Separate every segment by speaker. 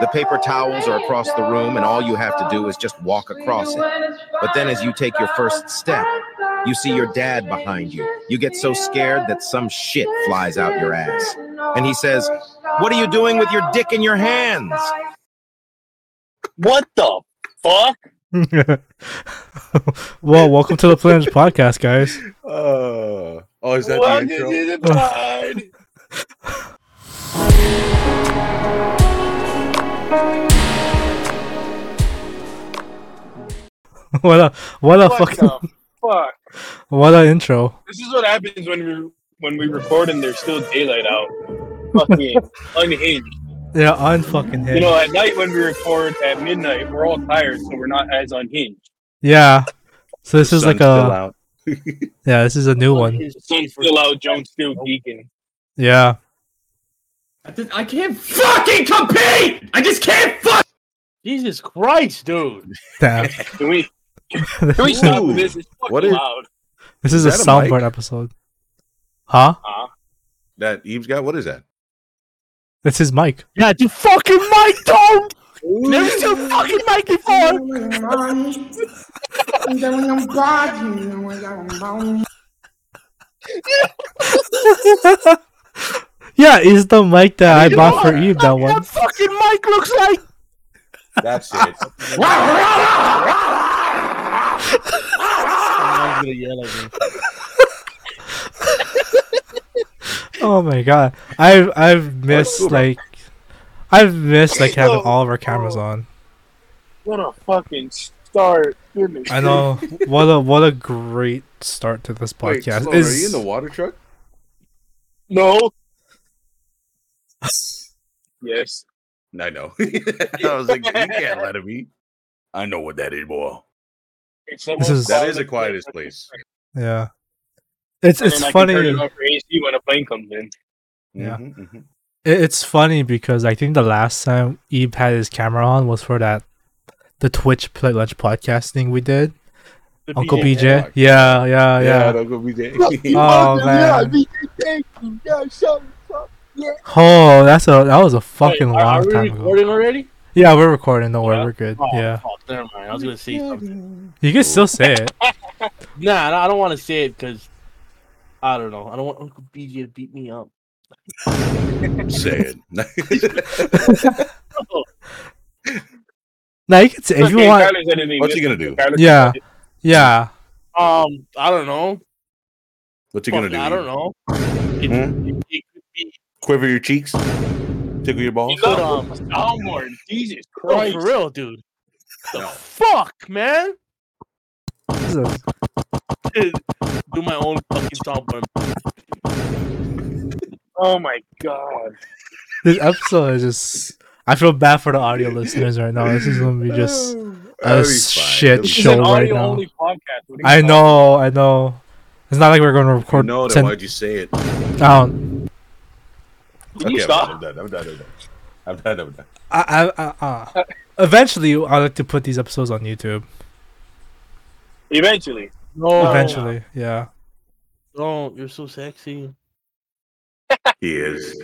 Speaker 1: The paper towels are across the room, and all you have to do is just walk across it. But then, as you take your first step, you see your dad behind you. You get so scared that some shit flies out your ass. And he says, What are you doing with your dick in your hands?
Speaker 2: What the fuck?
Speaker 3: well, welcome to the Plans podcast, guys.
Speaker 4: Uh, oh, is that
Speaker 2: What
Speaker 4: the intro?
Speaker 2: is it about?
Speaker 3: what a what a
Speaker 2: What
Speaker 3: fucking
Speaker 2: the fuck?
Speaker 3: what a intro.
Speaker 2: This is what happens when we when we record and there's still daylight out. Fucking unhinged.
Speaker 3: Yeah, unfucking hit.
Speaker 2: You know, at night when we record at midnight, we're all tired, so we're not as unhinged.
Speaker 3: yeah. So this is
Speaker 4: Sun's
Speaker 3: like
Speaker 4: still
Speaker 3: a
Speaker 4: out.
Speaker 3: yeah, this is a new one.
Speaker 2: The sun's still out, Jones still geeking.
Speaker 3: Yeah.
Speaker 5: I, just, I can't fucking compete. I just can't fuck.
Speaker 2: Jesus Christ, dude!
Speaker 3: Damn.
Speaker 2: Can we can we
Speaker 3: this
Speaker 2: stop with this? It's fucking
Speaker 4: What is-
Speaker 2: loud.
Speaker 3: is,
Speaker 4: Is
Speaker 3: a
Speaker 4: that a
Speaker 3: soundboard
Speaker 4: mic?
Speaker 3: episode. Huh?
Speaker 2: Huh?
Speaker 4: That Eve's got. What is that?
Speaker 3: That's his mic.
Speaker 6: Yeah, you fucking mic, Tom! There's your fucking mic before!
Speaker 3: Yeah, is the mic that I
Speaker 6: You
Speaker 3: bought
Speaker 6: are-
Speaker 3: for Eve that one.
Speaker 6: That fucking mic looks like.
Speaker 4: That's it.
Speaker 3: Oh my god. I've I've missed like I've missed like having all of our cameras on.
Speaker 2: What a fucking start! Goodness
Speaker 3: I know what a what a great start to this
Speaker 4: Wait,
Speaker 3: podcast.
Speaker 4: Sloan, are you in
Speaker 3: is,
Speaker 4: the water truck?
Speaker 2: No. yes.
Speaker 4: I know. I was like, you can't let him eat. I know what that is, boy.
Speaker 2: It's
Speaker 3: This is-
Speaker 4: That is the quietest place.
Speaker 3: yeah. It's
Speaker 2: And
Speaker 3: it's
Speaker 2: then I can
Speaker 3: funny.
Speaker 2: turn it on for AC when a plane comes in.
Speaker 3: Yeah.
Speaker 4: Mhm, mhm.
Speaker 3: It- It's funny because I think the last time Ebe had his camera on was for that the Twitch play lunch podcasting we did. Uncle BJ.
Speaker 4: Vlog.
Speaker 3: Yeah, Oh, yeah,
Speaker 4: Yeah,
Speaker 3: yeah.
Speaker 4: don't go BJ.
Speaker 3: Oh man. Oh, that's a that was a fucking
Speaker 6: Wait,
Speaker 3: long
Speaker 6: are- are we
Speaker 3: time ago.
Speaker 6: recording already?
Speaker 3: Yeah, we're recording. Don't worry,
Speaker 6: Yeah?
Speaker 3: we're good.
Speaker 6: Oh,
Speaker 3: Yeah,
Speaker 6: fuck, never mind. I was gonna say something.
Speaker 3: you can still say it.
Speaker 6: Nah, nah, I don't want to say it because I don't know. I don't want Uncle BJ to beat me up.
Speaker 4: Say it.
Speaker 3: Now you can say if you
Speaker 2: Okay,
Speaker 3: want.
Speaker 2: Tyler's editing
Speaker 4: What's he
Speaker 2: this.
Speaker 4: gonna do?
Speaker 2: Tyler's
Speaker 3: Yeah.
Speaker 2: editing
Speaker 3: Yeah,
Speaker 6: Um, I don't know.
Speaker 4: What's he gonna
Speaker 6: Fuck,
Speaker 4: do?
Speaker 6: I don't know. It,
Speaker 4: Hmm?
Speaker 6: it could be
Speaker 4: Quiver your cheeks, tickle your
Speaker 2: it.
Speaker 4: balls.
Speaker 2: He's on the soundboard. Jesus
Speaker 6: um, no,
Speaker 2: Christ.
Speaker 6: for real, dude. The
Speaker 4: No.
Speaker 6: fuck, man.
Speaker 3: Jesus.
Speaker 6: Do my own fucking soundboard.
Speaker 2: Oh my god.
Speaker 3: this episode is just. I feel bad for the audio listeners right now. This is gonna be just.
Speaker 4: That'll be fine.
Speaker 3: shit
Speaker 4: It'll be-
Speaker 3: show. Chill
Speaker 2: it's an
Speaker 3: right
Speaker 2: audio
Speaker 3: now.
Speaker 2: only podcast. What do you
Speaker 3: I
Speaker 2: call
Speaker 3: know, I know. It's not like we're gonna
Speaker 4: You
Speaker 3: record.
Speaker 4: know that.
Speaker 3: ten-
Speaker 4: Why'd you say it?
Speaker 3: out.
Speaker 2: it? Can you
Speaker 4: Okay,
Speaker 2: stop?
Speaker 4: I'm done. I'm done. I'm done. I'm done. I'm done.
Speaker 3: I, I, I, uh, eventually, I'd like to put these episodes on YouTube.
Speaker 2: Eventually.
Speaker 4: Oh.
Speaker 6: No,
Speaker 3: eventually, yeah.
Speaker 6: Don't. You're so sexy.
Speaker 4: He is.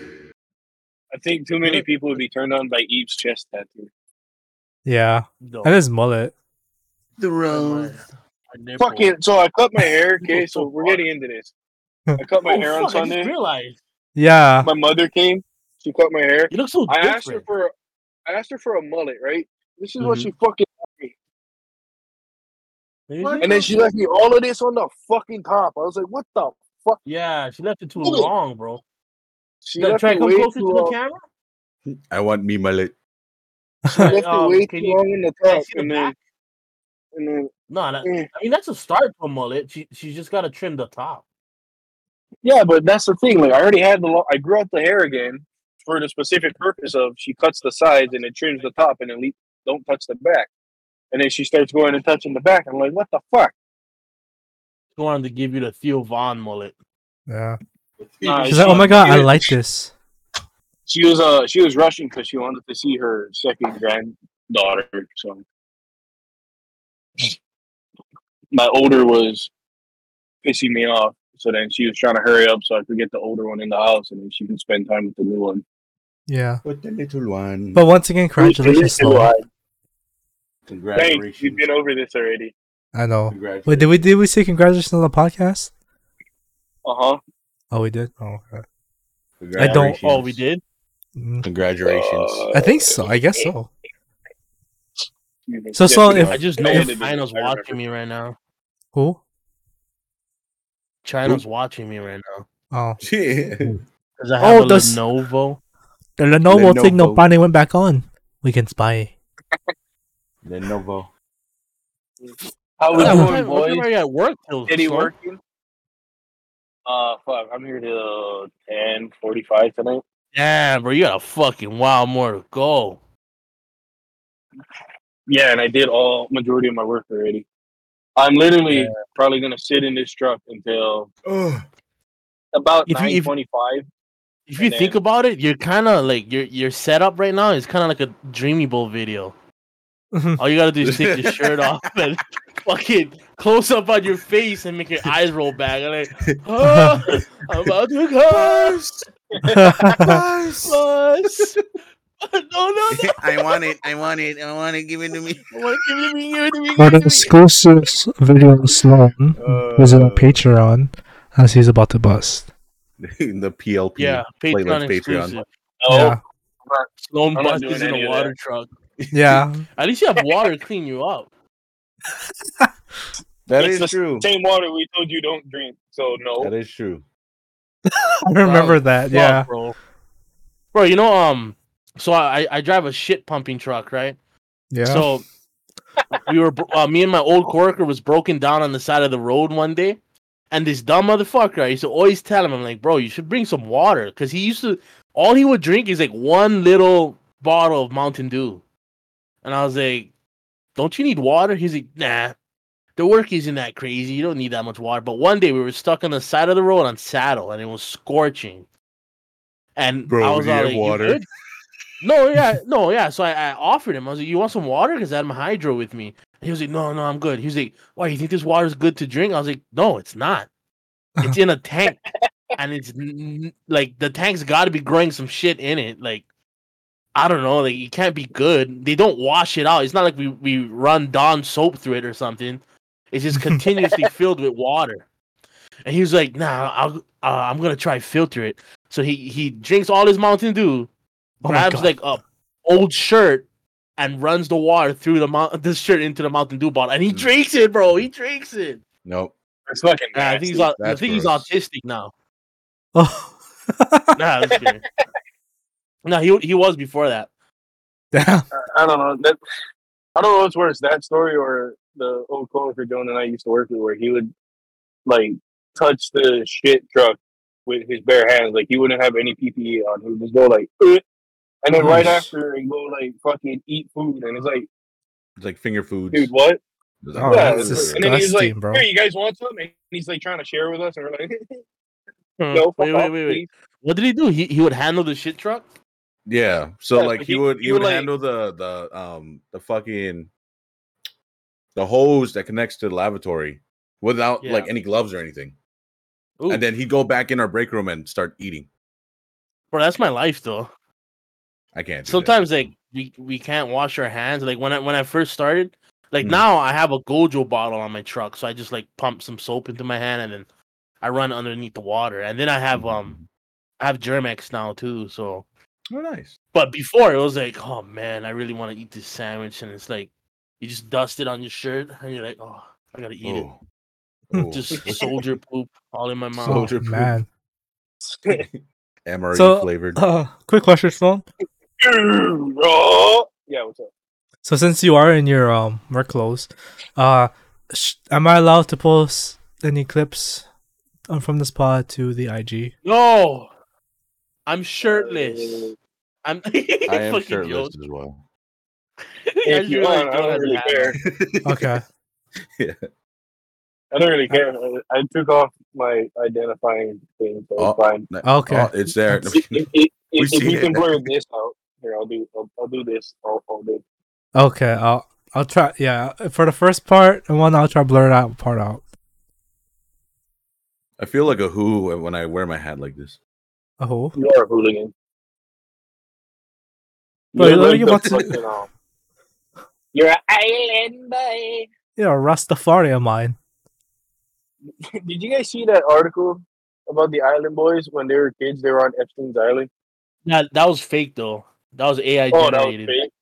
Speaker 2: I think too many people would be turned on by Eve's chest tattoo.
Speaker 3: Yeah.
Speaker 4: Oh.
Speaker 6: No.
Speaker 3: And his mullet.
Speaker 4: The
Speaker 6: My- my nipple.
Speaker 2: Fucking so I cut my hair, okay, so we're getting into this. I cut my
Speaker 6: Oh,
Speaker 2: hair on
Speaker 6: fuck, I just
Speaker 2: Sunday.
Speaker 6: realized.
Speaker 3: Yeah.
Speaker 2: My mother came, she cut my hair.
Speaker 6: You look so
Speaker 2: I
Speaker 6: different.
Speaker 2: asked her for I asked her for a mullet, right? This is what
Speaker 6: Mm-hmm.
Speaker 2: she fucking
Speaker 6: Really?
Speaker 2: and then she left me all of this on the fucking top. I was like, what the fuck?
Speaker 6: Yeah, she left it too
Speaker 2: Get it.
Speaker 6: long, bro.
Speaker 2: She
Speaker 6: Try
Speaker 2: left
Speaker 6: to
Speaker 2: me
Speaker 6: come
Speaker 2: way
Speaker 6: closer to
Speaker 2: too
Speaker 6: the
Speaker 2: long.
Speaker 6: camera.
Speaker 4: I want me mullet.
Speaker 2: She left me
Speaker 6: Um,
Speaker 2: way too
Speaker 6: can you-
Speaker 2: long in the
Speaker 6: can I
Speaker 2: top,
Speaker 6: see the
Speaker 2: and then
Speaker 6: back?
Speaker 2: and then
Speaker 6: No, that,
Speaker 2: Mm.
Speaker 6: I mean that's a start for mullet. She she's just gotta trim the top.
Speaker 2: yeah, but that's the thing. Like I already had the lo- I grew out the hair again for the specific purpose of she cuts the sides and it trims the top and then le- don't touch the back. And then she starts going and touching the back. I'm like, what the fuck?
Speaker 6: She wanted to give you the Theo Vaughn mullet.
Speaker 3: Yeah.
Speaker 2: Nah,
Speaker 3: She's like, oh my
Speaker 2: she-
Speaker 3: god, I
Speaker 2: she-
Speaker 3: like this.
Speaker 2: She was uh she was rushing because she wanted to see her second granddaughter. So my older was pissing me off. So then she was trying to hurry up so I could get the older one in the house and then she could spend time with the new one.
Speaker 3: Yeah.
Speaker 4: But the little one.
Speaker 3: But once again, congratulations, Sloan.
Speaker 2: Thanks. We've
Speaker 4: Congratulations.
Speaker 2: been over this already.
Speaker 3: I know.
Speaker 4: Congratulations.
Speaker 3: Wait, did we did we say congratulations on the podcast?
Speaker 2: Uh huh.
Speaker 3: Oh, we did. Oh, okay.
Speaker 6: I
Speaker 3: I don't-
Speaker 6: don't. Oh, we did.
Speaker 3: Mm.
Speaker 4: Congratulations.
Speaker 2: Uh,
Speaker 3: I think so. I guess so. So,
Speaker 2: so
Speaker 3: Sloan, if
Speaker 6: I just know China's watching me right now.
Speaker 3: who?
Speaker 6: China's watching me right now.
Speaker 3: Oh,
Speaker 4: yeah.
Speaker 6: Because I
Speaker 3: Oh,
Speaker 6: have a
Speaker 3: that's-
Speaker 6: Lenovo.
Speaker 3: the Lenovo, thing. No,
Speaker 4: Lenovo.
Speaker 3: Pane went back on. We can spy.
Speaker 4: Lenovo.
Speaker 2: How was
Speaker 6: What
Speaker 2: it
Speaker 3: Yeah,
Speaker 2: going,
Speaker 6: time- what
Speaker 2: boys?
Speaker 6: time are you at work till?
Speaker 2: Did he
Speaker 6: so-
Speaker 2: working? Uh, fuck. I'm here till ten forty-five tonight.
Speaker 6: Damn, bro, you got a fucking while more to go.
Speaker 2: Yeah, and I did all majority of my work already. I'm literally probably gonna sit in this truck until about
Speaker 6: If you- if-
Speaker 2: nine twenty-five.
Speaker 6: If you
Speaker 2: And
Speaker 6: think
Speaker 2: then-
Speaker 6: about it, you're kind of like your your setup right now is kind of like a Dreamy Bowl video. All you gotta do is take your shirt off and fucking close up on your face and make your eyes roll back. And like, oh, I'm about to curse, curse. no, no, no!
Speaker 4: I want it. I want it. I want it. Give it to me.
Speaker 6: What, give it to me, give it to me,
Speaker 3: For
Speaker 6: give
Speaker 3: the
Speaker 6: it to me.
Speaker 3: exclusive video of Sloan, visit our
Speaker 4: Uh.
Speaker 3: Patreon as he's about to bust.
Speaker 4: the PLP.
Speaker 6: Yeah,
Speaker 4: Play like
Speaker 6: Patreon
Speaker 4: Patreon.
Speaker 6: exclusive.
Speaker 2: Oh,
Speaker 3: Yeah.
Speaker 6: Sloan
Speaker 2: I'm not
Speaker 6: Bust
Speaker 2: doing
Speaker 6: is in
Speaker 2: any
Speaker 6: a
Speaker 2: of
Speaker 6: water
Speaker 2: that.
Speaker 6: truck.
Speaker 3: Yeah.
Speaker 6: At least you have water clean you up.
Speaker 4: That
Speaker 2: It's
Speaker 4: is
Speaker 2: the
Speaker 4: true.
Speaker 2: same water we told you don't drink. So
Speaker 4: That
Speaker 2: no.
Speaker 4: is true.
Speaker 3: I remember that.
Speaker 6: Fuck,
Speaker 3: Yeah.
Speaker 6: bro. Bro, you know, um, so I I drive a shit pumping truck, right?
Speaker 3: Yeah.
Speaker 6: So we were uh, me and my old coworker was broken down on the side of the road one day, and this dumb motherfucker I used to always tell him, I'm like, bro, you should bring some water, because he used to all he would drink is like one little bottle of Mountain Dew, and I was like, don't you need water? He's like, nah. The work isn't that crazy. You don't need that much water. But one day we were stuck on the side of the road on saddle, and it was scorching. And
Speaker 4: Bro,
Speaker 6: I was
Speaker 4: you
Speaker 6: all
Speaker 4: have
Speaker 6: like, "You
Speaker 4: water?"
Speaker 6: good?" No, yeah, no, yeah. So I, I offered him. I was like, "You want some water? Because I had my hydro with me." And he was like, "No, no, I'm good." He was like, "Why? You think this water is good to drink?" I was like, "No, it's not. It's in a tank, and it's n- like the tank's got to be growing some shit in it. Like, I don't know. Like, it can't be good. They don't wash it out. It's not like we we run Dawn soap through it or something. It's just continuously filled with water." And he was like, "Nah, I'll, uh, I'm gonna try filter it." So he he drinks all his Mountain Dew
Speaker 3: Oh my
Speaker 6: grabs
Speaker 3: God.
Speaker 6: like a old shirt and runs the water through the mount this shirt into the Mountain Dew bottle, and he
Speaker 4: Mm.
Speaker 6: drinks it, bro. He drinks it.
Speaker 4: Nope.
Speaker 2: It's fucking.
Speaker 6: Nah, I think he's
Speaker 2: nasty.
Speaker 6: au- I
Speaker 4: That's
Speaker 6: think he's
Speaker 4: gross.
Speaker 6: autistic now.
Speaker 3: Oh.
Speaker 6: Nah, that's good. nah, he he was before that.
Speaker 3: Damn.
Speaker 2: I don't know. That I don't know what's worse, that story or the old coworker Joan and I used to work with, where he would like touch the shit truck with his bare hands, like he wouldn't have any PPE on. He would just go like, "Eh," and then right
Speaker 4: Nice.
Speaker 2: after and go like fucking eat food, and it's like,
Speaker 4: It's like finger foods.
Speaker 2: dude, what?
Speaker 3: Oh,
Speaker 2: Yeah,
Speaker 3: that's
Speaker 2: it's- and then he was
Speaker 3: disgusting,
Speaker 2: like,
Speaker 3: bro.
Speaker 2: "Here, you guys want some?" And he's like trying to share with us, and we're like,
Speaker 6: Hmm.
Speaker 2: "No, fuck
Speaker 6: wait,
Speaker 2: off,
Speaker 6: wait, wait,
Speaker 2: please."
Speaker 6: wait. What did he do? He he would handle the shit truck.
Speaker 4: Yeah. So
Speaker 2: Yeah,
Speaker 4: like
Speaker 2: but
Speaker 4: he
Speaker 2: he-
Speaker 4: would he
Speaker 2: you
Speaker 4: would
Speaker 2: like-
Speaker 4: handle the the um the fucking the hose that connects to the lavatory without
Speaker 6: Yeah.
Speaker 4: like any gloves or anything.
Speaker 6: Ooh,
Speaker 4: And then he'd go back in our break room and start eating.
Speaker 6: bro, that's my life though.
Speaker 4: I can't. do that.
Speaker 6: sometimes like we, we can't wash our hands. Like when I when I first started, like
Speaker 4: Hmm.
Speaker 6: now I have a Gojo bottle on my truck, so I just like pump some soap into my hand and then I run underneath the water. And then I have um I have Germex now too. So,
Speaker 4: Oh, nice.
Speaker 6: but before it was like, oh man, I really want to eat this sandwich, and it's like you just dust it on your shirt, and you're like, oh, I gotta eat
Speaker 4: Oh.
Speaker 6: it.
Speaker 4: Oh.
Speaker 6: Just soldier poop all in my mouth.
Speaker 3: Oh,
Speaker 4: Soldier poop.
Speaker 3: man.
Speaker 4: MRE
Speaker 3: So-
Speaker 4: E flavored.
Speaker 3: Uh, quick question, Sloan.
Speaker 2: Oh. yeah, what's up?
Speaker 3: So since you are in your um work clothes, uh, sh- am I allowed to post any clips um, from this pod to the IG?
Speaker 6: No, I'm
Speaker 2: Uh,
Speaker 6: shirtless. I'm.
Speaker 4: I am
Speaker 6: fucking joking.
Speaker 4: shirtless as well.
Speaker 2: If you
Speaker 6: really
Speaker 2: want, I
Speaker 6: don't
Speaker 2: don't really
Speaker 6: have to
Speaker 2: care.
Speaker 3: Okay.
Speaker 2: I don't really care. I, I took off my identifying thing, so
Speaker 4: Oh.
Speaker 2: it's fine.
Speaker 3: Okay.
Speaker 4: Oh, it's there.
Speaker 3: That's-
Speaker 2: If, if, if,
Speaker 4: We
Speaker 2: if
Speaker 4: see
Speaker 2: we
Speaker 4: it.
Speaker 2: can blur this out, here I'll do. I'll, I'll do this all, all day.
Speaker 3: Okay. I'll I'll try. Yeah. For the first part and one, I'll try blur that part out.
Speaker 4: I feel like a who when I wear my hat like this.
Speaker 3: Oh.
Speaker 2: You are a hooligan.
Speaker 3: But uh,
Speaker 2: You're
Speaker 3: let me
Speaker 2: really
Speaker 3: get what's-
Speaker 2: fucking, um, You're an island boy.
Speaker 3: Yeah, Rastafari of mine.
Speaker 2: Did you guys see that article about the Island Boys when they were kids? They were on Epstein's Island.
Speaker 6: Nah, that was fake though. That was AI
Speaker 2: Oh, that was
Speaker 6: generated.
Speaker 2: fake.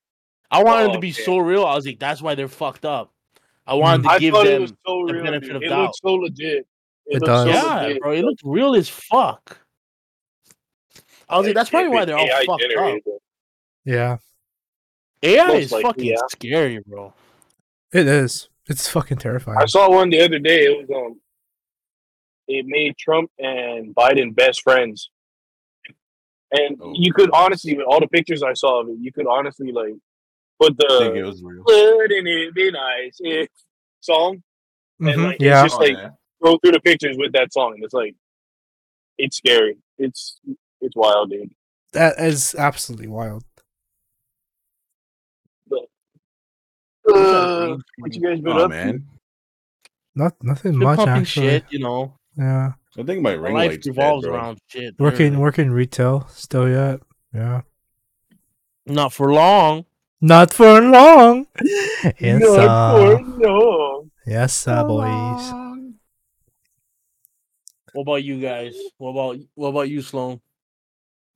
Speaker 6: I wanted to
Speaker 2: Oh,
Speaker 6: be
Speaker 2: okay. Mm.
Speaker 6: so real. I was like, that's why they're fucked up. I wanted to
Speaker 2: I
Speaker 6: give
Speaker 2: thought it
Speaker 6: them.
Speaker 2: was so
Speaker 6: the
Speaker 2: real.
Speaker 6: benefit
Speaker 2: dude.
Speaker 6: of
Speaker 2: It
Speaker 6: doubt.
Speaker 2: looked so legit.
Speaker 3: It
Speaker 2: looked
Speaker 3: does.
Speaker 2: so
Speaker 6: yeah,
Speaker 2: legit.
Speaker 6: bro, it looked real as fuck. I was like, that's probably why they're all
Speaker 2: AI
Speaker 6: fucked up.
Speaker 2: generated it.
Speaker 3: Yeah,
Speaker 6: AI
Speaker 2: Most
Speaker 6: is
Speaker 2: likely,
Speaker 6: fucking
Speaker 2: yeah.
Speaker 6: scary, bro.
Speaker 3: it is. It's fucking terrifying.
Speaker 2: I saw one the other day. It was um, it made Trump and Biden best friends, and
Speaker 4: Oh.
Speaker 2: you could honestly, with all the pictures I saw of it, you could honestly like put
Speaker 6: Uh,
Speaker 4: I think it
Speaker 2: the
Speaker 4: was real.
Speaker 2: "Would and it be nice" eh, song
Speaker 6: Mm-hmm.
Speaker 3: Mhm,
Speaker 2: like, it's
Speaker 3: yeah,
Speaker 2: just- like-
Speaker 4: Oh, yeah.
Speaker 2: go through the pictures with that song, and it's like it's scary. It's it's wild, dude.
Speaker 3: that is absolutely wild.
Speaker 2: Uh, what you guys been
Speaker 4: Aw,
Speaker 2: up to?
Speaker 4: Oh, man.
Speaker 3: Not nothing
Speaker 6: Been
Speaker 3: much
Speaker 6: pumping
Speaker 3: actually.
Speaker 6: shit, you know.
Speaker 3: Yeah,
Speaker 4: I think my
Speaker 6: My
Speaker 4: ring
Speaker 6: life
Speaker 4: light's
Speaker 6: revolves
Speaker 4: dead, bro.
Speaker 6: around shit.
Speaker 3: working
Speaker 6: really.
Speaker 3: working retail still yet. Yeah,
Speaker 6: not for long.
Speaker 3: not for long. yes,
Speaker 2: Not
Speaker 3: uh,
Speaker 2: for long.
Speaker 3: yes, sir, boys.
Speaker 6: What about you guys? What about what about you, Sloan?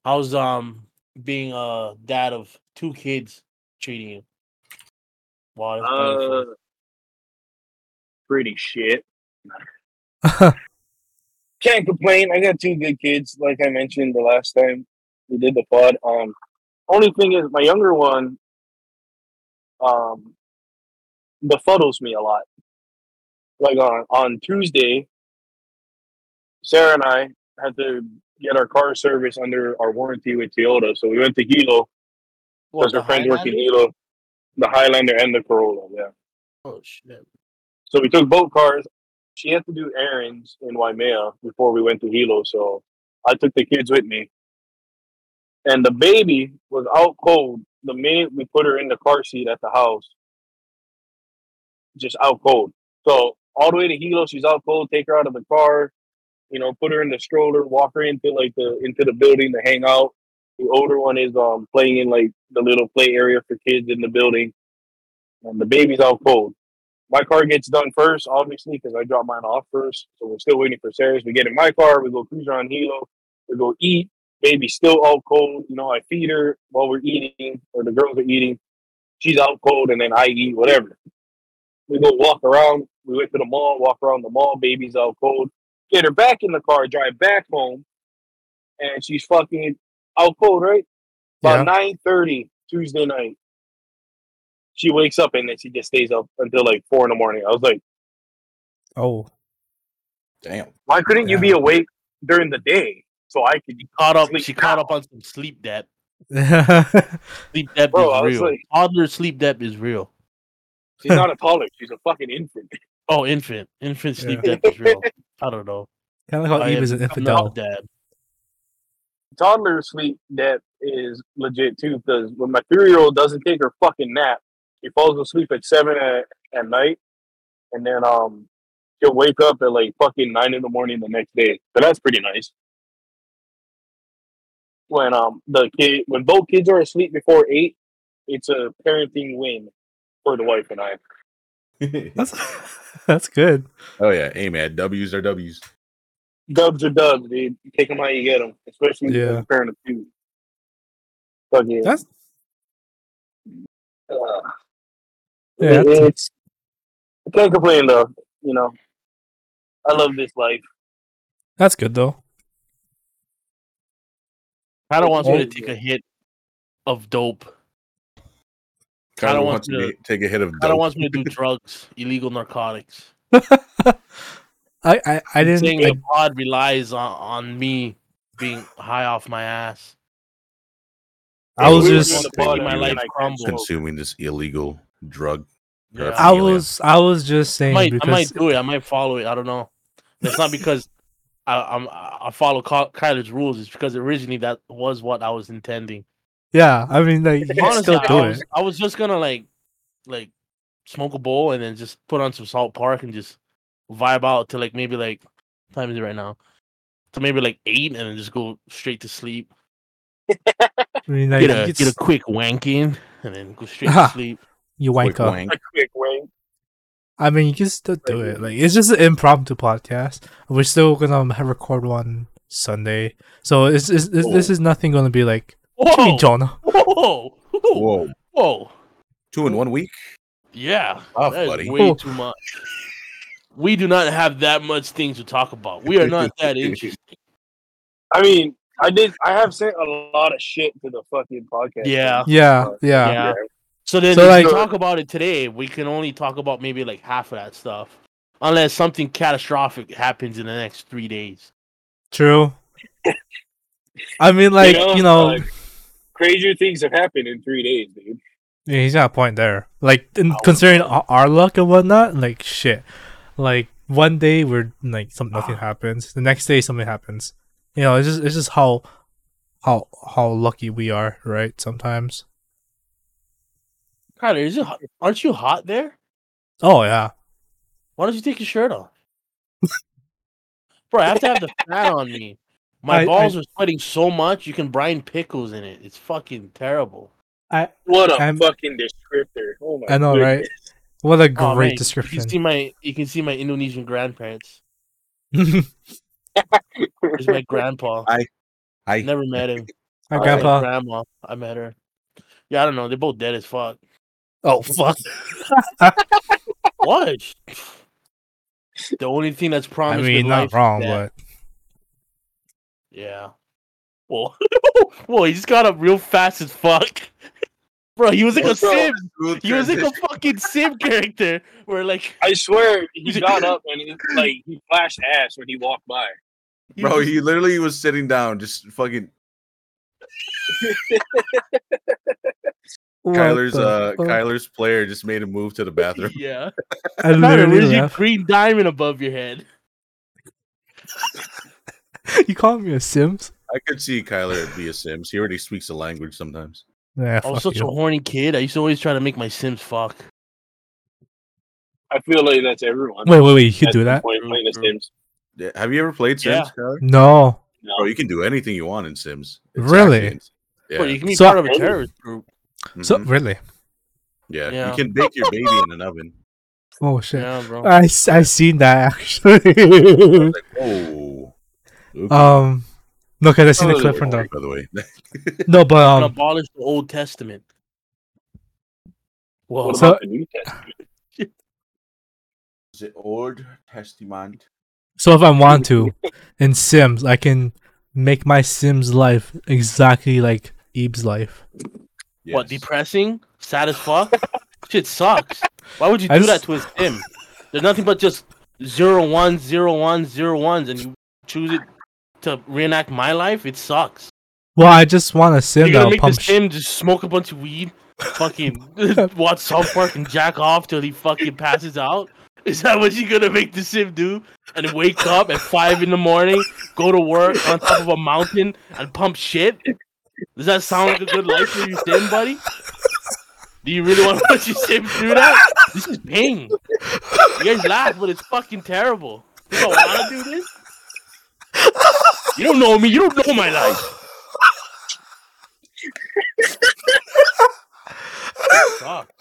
Speaker 6: How's um being a dad of two kids treating you? Wow, that's painful.
Speaker 2: Uh, pretty shit. Can't complain. I got two good kids, like I mentioned the last time we did the pod. Um, only thing is, my younger one, um, befuddles me a lot. Like on on Tuesday, Sarah and I had to get our car service under our warranty with Toyota, so we went to Hilo
Speaker 6: What,
Speaker 2: because her
Speaker 6: the
Speaker 2: friends work in
Speaker 6: Highlander?
Speaker 2: Hilo, the Highlander and the Corolla. Yeah.
Speaker 6: Oh shit!
Speaker 2: So we took both cars. She had to do errands in Waimea before we went to Hilo. So I took the kids with me. And the baby was out cold the minute we put her in the car seat at the house. Just out cold. So all the way to Hilo, she's out cold. Take her out of the car, you know, put her in the stroller, walk her into like the into the building to hang out. The older one is um playing in like the little play area for kids in the building, and the baby's out cold my car gets done first, obviously, because I drop mine off first. So we're still waiting for Sarah's. We get in my car, we go cruise around Hilo, we go eat. Baby's still out cold. You know, I feed her while we're eating, or the girls are eating. She's out cold, and then I eat, whatever. We go walk around. We went to the mall, walk around the mall. Baby's out cold. Get her back in the car, drive back home, and she's fucking out cold, right? About nine thirty Tuesday night, she wakes up and then she just stays up until like four in the morning. I was like,
Speaker 3: Oh,
Speaker 4: Damn.
Speaker 2: why couldn't you be awake during the day so I could?
Speaker 6: Caught up.
Speaker 2: Sleep
Speaker 6: She caught
Speaker 2: now.
Speaker 6: up on some sleep debt.
Speaker 3: yeah,
Speaker 6: Sleep debt
Speaker 2: Bro, I
Speaker 6: is
Speaker 2: was
Speaker 6: real.
Speaker 2: like-
Speaker 6: Toddler sleep debt is real.
Speaker 2: She's not a toddler. She's a fucking infant.
Speaker 6: Oh, infant, infant sleep
Speaker 3: Yeah.
Speaker 6: debt is real. I don't know.
Speaker 3: kind of like how
Speaker 6: I
Speaker 3: Eve
Speaker 6: am-
Speaker 3: is an
Speaker 6: I'm
Speaker 3: infidel.
Speaker 6: not dad.
Speaker 2: Toddler sleep that is legit too, because when my three year old doesn't take her fucking nap, she falls asleep at seven at, at night, and then um, she'll wake up at like fucking nine in the morning the next day. So that's pretty nice. When um the kid when both kids are asleep before eight, it's a parenting win for the wife and I.
Speaker 3: That's that's good.
Speaker 4: oh yeah, aim at W's are W's.
Speaker 2: Dubs are dubs, dude. You take them how you get them, especially
Speaker 3: Yeah.
Speaker 2: yeah. comparing the two. Fuck yeah.
Speaker 3: That's
Speaker 2: Uh,
Speaker 3: Yeah,
Speaker 2: it-
Speaker 3: that's-
Speaker 2: it's, I can't complain though. You know, I love this life.
Speaker 3: that's good though.
Speaker 6: Kind of wants me to
Speaker 2: Oh,
Speaker 6: take a hit of dope.
Speaker 4: Kind of
Speaker 6: want
Speaker 4: wants to
Speaker 6: to-
Speaker 4: take a hit of.
Speaker 6: Kind of
Speaker 4: dope.
Speaker 6: wants me to do drugs, illegal narcotics.
Speaker 3: I I, I didn't.
Speaker 6: saying
Speaker 3: I-
Speaker 6: the pod relies on, on me being high off my ass.
Speaker 3: I was
Speaker 2: We were
Speaker 3: just-
Speaker 2: doing the pod
Speaker 4: Making
Speaker 2: and
Speaker 4: my
Speaker 2: then
Speaker 6: life
Speaker 2: I
Speaker 6: crumble.
Speaker 4: consuming this illegal drug.
Speaker 6: Yeah.
Speaker 4: Perfect.
Speaker 3: I
Speaker 4: Amelia.
Speaker 3: was I was just
Speaker 6: I
Speaker 3: saying
Speaker 6: might, I might
Speaker 3: because
Speaker 6: do it. I might follow it. I don't know. That's not because I, I'm I follow Ky- Kyler's rules. It's because originally that was what I was intending.
Speaker 3: yeah, I mean like you can
Speaker 6: Honestly,
Speaker 3: still
Speaker 6: I,
Speaker 3: do
Speaker 6: was,
Speaker 3: it.
Speaker 6: I was just gonna like like smoke a bowl and then just put on some Salt Park and just vibe out to like maybe like what time is it right now? To maybe like eight and then just go straight to sleep.
Speaker 3: I mean, like,
Speaker 6: Get
Speaker 3: you,
Speaker 6: a
Speaker 3: could
Speaker 6: get a
Speaker 3: s-
Speaker 6: quick wanking and then go straight to
Speaker 3: Ah.
Speaker 6: sleep.
Speaker 3: you wank
Speaker 4: Quick
Speaker 3: up.
Speaker 4: wank.
Speaker 2: A quick way.
Speaker 3: I mean, you can still do it. Like, it's just an impromptu podcast. We're still gonna have record one Sunday, so it's, it's, it's this is nothing gonna be like
Speaker 6: Whoa!
Speaker 3: Jonah.
Speaker 6: Whoa! Whoa!
Speaker 4: Whoa,
Speaker 6: Whoa!
Speaker 4: two in one week.
Speaker 6: Yeah,
Speaker 4: Tough,
Speaker 6: that is
Speaker 4: buddy.
Speaker 6: way
Speaker 3: Oh.
Speaker 6: too much. We do not have that much things to talk about. We are not that interesting.
Speaker 2: I mean, I did. I have sent a lot of shit to the fucking podcast.
Speaker 6: Yeah.
Speaker 3: Yeah, yeah,
Speaker 6: Yeah. So then,
Speaker 3: So,
Speaker 6: if
Speaker 3: like-
Speaker 6: we talk about it today. We can only talk about maybe like half of that stuff, unless something catastrophic happens in the next three days.
Speaker 3: true. I mean, like
Speaker 2: know,
Speaker 3: you know,
Speaker 2: like- Crazier things have happened in three days, dude.
Speaker 3: yeah, he's got a point there. Like in, considering our, our luck and whatnot, like shit. Like one day we're like some nothing happens, the next day something happens. You know, it's just it's just how how how lucky we are, right? Sometimes.
Speaker 6: Kyler, is it hot? aren't you hot there?
Speaker 3: Oh yeah.
Speaker 6: Why don't you take your shirt off, bro? I have to have the fat on me. My
Speaker 3: I- I-
Speaker 6: balls are sweating so much you can brine pickles in it. It's fucking terrible.
Speaker 2: What a
Speaker 3: I'm-
Speaker 2: fucking descriptor. Oh my
Speaker 3: I know, right?
Speaker 2: goodness.
Speaker 3: What a
Speaker 6: Oh,
Speaker 3: great
Speaker 6: man, You
Speaker 3: description.
Speaker 6: can see my you can see my Indonesian grandparents.
Speaker 3: Hi,
Speaker 6: There's my grandpa.
Speaker 4: I
Speaker 6: Never met him. There's my
Speaker 3: Grandpa.
Speaker 6: grandma. I met her. Yeah, I don't know. They're both dead as fuck.
Speaker 3: Oh fuck.
Speaker 6: What? the only thing that's
Speaker 3: I
Speaker 6: promised.
Speaker 3: mean,
Speaker 6: with life
Speaker 3: not
Speaker 6: is
Speaker 3: wrong,
Speaker 6: death.
Speaker 3: but
Speaker 6: yeah. Well, whoa, he just got up real fast as fuck, bro. He was like a
Speaker 2: Bro,
Speaker 6: sim. He was like a fucking sim character where like
Speaker 2: I swear he got up and he, like he flashed ass when he walked by.
Speaker 6: he
Speaker 4: bro.
Speaker 6: was-
Speaker 4: He literally was sitting down, just fucking Kyler's uh Kyler's player just made a move to the bathroom.
Speaker 6: yeah.
Speaker 3: I
Speaker 6: Tyler,
Speaker 3: literally
Speaker 6: where's your
Speaker 3: left.
Speaker 6: green diamond above your head?
Speaker 3: You call me a Sims?
Speaker 4: I could see Kyler be a Sims. He already speaks the language sometimes.
Speaker 3: Yeah,
Speaker 6: I
Speaker 3: fuck
Speaker 6: was Oh, such
Speaker 3: you.
Speaker 6: a horny kid. I used to always try to make my Sims fuck.
Speaker 2: I feel like that's everyone.
Speaker 3: Wait, wait, wait! You
Speaker 2: At
Speaker 3: could do
Speaker 2: this
Speaker 3: that?
Speaker 2: Point, playing the Sims.
Speaker 4: Yeah, Have you ever played Sims,
Speaker 6: Yeah.
Speaker 4: Kyler?
Speaker 3: No.
Speaker 2: No.
Speaker 4: Bro, you can do anything you want in Sims.
Speaker 3: Really?
Speaker 4: actually ins- Yeah.
Speaker 6: Bro, you can be
Speaker 3: So-
Speaker 6: part of a terrorist group.
Speaker 3: So
Speaker 4: mhm,
Speaker 3: really?
Speaker 4: yeah.
Speaker 6: Yeah.
Speaker 4: you can bake your baby in an oven.
Speaker 3: Oh shit!
Speaker 6: Yeah, bro.
Speaker 3: I s- I seen that
Speaker 4: I
Speaker 3: actually.
Speaker 4: was like, oh.
Speaker 3: um, no, cause I seen the clip from the
Speaker 4: By the way,
Speaker 6: Oh.
Speaker 3: no, but
Speaker 6: And
Speaker 3: um,
Speaker 6: abolish the Old Testament. Whoa.
Speaker 2: What
Speaker 3: So-
Speaker 2: about the New Testament?
Speaker 4: the Old Testament.
Speaker 3: so if I want to, in Sims, I can make my Sims life exactly like Ebe's life.
Speaker 6: What,
Speaker 4: Oh,
Speaker 6: depressing? Sad as fuck? Shit sucks. Why would you
Speaker 3: I
Speaker 6: do that
Speaker 3: just-
Speaker 6: to his sim? There's nothing but just zero ones, zero ones, zero ones, and you choose it to reenact my life? It sucks.
Speaker 3: Well, I just want a Sim
Speaker 6: You're gonna
Speaker 3: that'll
Speaker 6: make the
Speaker 3: pump. Sh-
Speaker 6: sim just smoke a bunch of weed, fucking watch South Park and jack off till he fucking passes out? Is that what you're gonna make the sim do? And wake up at five in the morning, go to work on top of a mountain and pump shit? Does that sound like a good life for your sim, buddy? Do you really want to put your sim through that? This is pain. You guys laugh, but it's fucking terrible. You don't want to do this? You don't know me. You don't know my life. Fuck.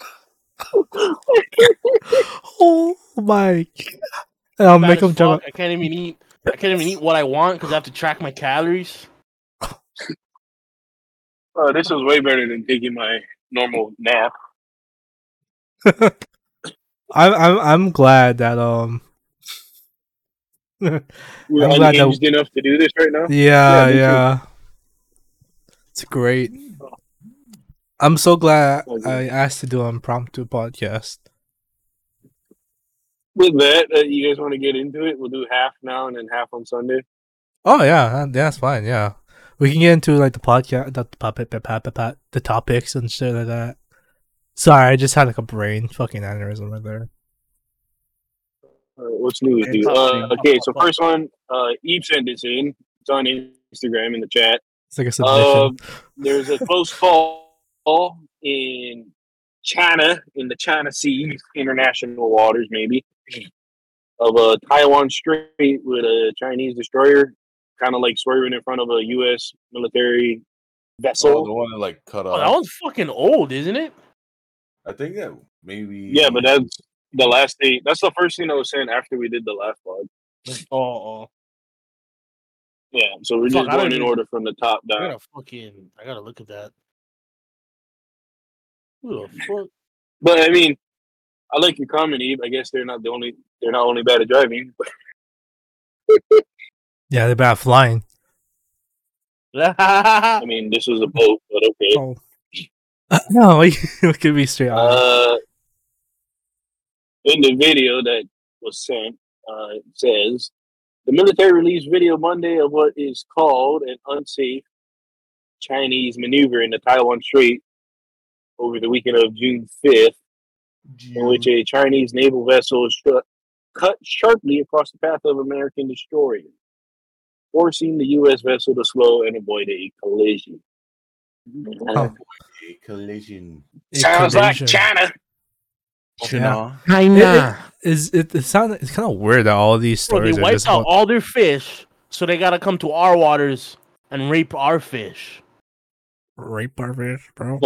Speaker 3: oh my! g- And I'll
Speaker 6: fat
Speaker 3: make
Speaker 6: as
Speaker 3: him jump.
Speaker 6: fuck. I can't even eat. I can't even eat what I want because I have to track my calories.
Speaker 2: Oh, this was way better than taking my normal nap.
Speaker 3: I'm I'm I'm glad that um
Speaker 2: We're
Speaker 3: I'm glad that-
Speaker 2: unhinged enough to do this right now.
Speaker 3: yeah
Speaker 2: Yeah, me
Speaker 3: yeah,
Speaker 2: too.
Speaker 3: it's great. I'm so glad I asked to do an impromptu podcast.
Speaker 2: With that, uh, you guys want to get into it? We'll do half now and then half on Sunday.
Speaker 3: Oh yeah, that- that's fine. Yeah, we can get into like the podcast, the puppet, the pat, pat, pat, the topics and shit like that. Sorry, I just had like a brain fucking aneurysm right there.
Speaker 2: All right, what's new with you? Uh, okay, so first one, uh, Eve sent this in. It's on Instagram in the chat.
Speaker 3: It's like a
Speaker 2: Uh,
Speaker 3: submission.
Speaker 2: there's a close call in China, in the China Sea, international waters, maybe, of a Taiwan Strait with a Chinese destroyer, kind of like swerving in front of a U.S. military
Speaker 4: Oh,
Speaker 2: vessel.
Speaker 4: the one that like cut
Speaker 6: Oh, that
Speaker 4: off.
Speaker 6: one's fucking old, isn't it?
Speaker 4: I think that maybe.
Speaker 2: yeah, but that's the last thing. That's the first thing I was saying after we did the last pod.
Speaker 6: Oh, oh.
Speaker 2: Yeah, so we're
Speaker 6: Fuck,
Speaker 2: just
Speaker 6: I don't
Speaker 2: going in
Speaker 6: even-
Speaker 2: order from the top
Speaker 6: I
Speaker 2: down.
Speaker 6: gotta fucking. I gotta look at that. Who the fuck?
Speaker 2: But I mean, I like your comment, Eve. I guess they're not the only. They're not only bad at driving, but
Speaker 3: Yeah, they're bad at flying.
Speaker 2: I mean, this was a boat. But okay.
Speaker 3: Oh. no, we we could be straight on.
Speaker 2: Uh, in the video that was sent, uh, it says the military released video Monday of what is called an unsafe Chinese maneuver in the Taiwan Strait over the weekend of June 5th, in which a Chinese naval vessel struck, cut sharply across the path of American destroyer, forcing the U.S. vessel to slow and avoid a collision.
Speaker 3: Oh,
Speaker 4: A collision.
Speaker 2: Sounds like
Speaker 3: collision.
Speaker 2: China.
Speaker 3: China.
Speaker 6: China.
Speaker 3: Is it? It sound It's kind of weird that all these
Speaker 6: Bro, they
Speaker 3: stories are
Speaker 6: wiped
Speaker 3: just.
Speaker 6: out
Speaker 3: about-
Speaker 6: all their fish, so they gotta come to our waters and rape our fish.
Speaker 3: rape barbarians, bro.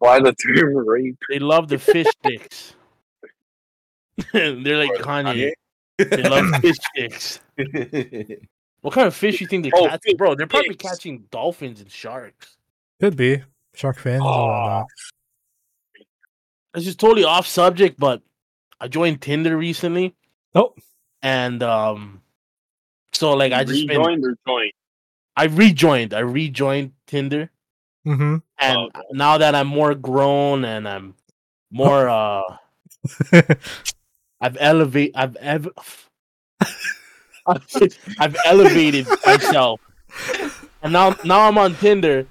Speaker 2: Why the term rape?
Speaker 6: They love the fish sticks. They're like Kanye. They love fish sticks. What kind of fish you think they
Speaker 2: Oh,
Speaker 6: catch? Bro, they're probably
Speaker 2: sticks.
Speaker 6: catching dolphins and sharks.
Speaker 3: Could be shark fins and whatnot.
Speaker 6: This is totally off subject, but I joined Tinder recently.
Speaker 3: Oh.
Speaker 6: And um so like I just been,
Speaker 2: rejoined or joined.
Speaker 6: I rejoined. I rejoined Tinder.
Speaker 3: Mm-hmm.
Speaker 6: and
Speaker 2: Okay.
Speaker 6: now that I'm more grown and I'm more uh I've elevate I've ever I've elevated myself. And now now I'm on Tinder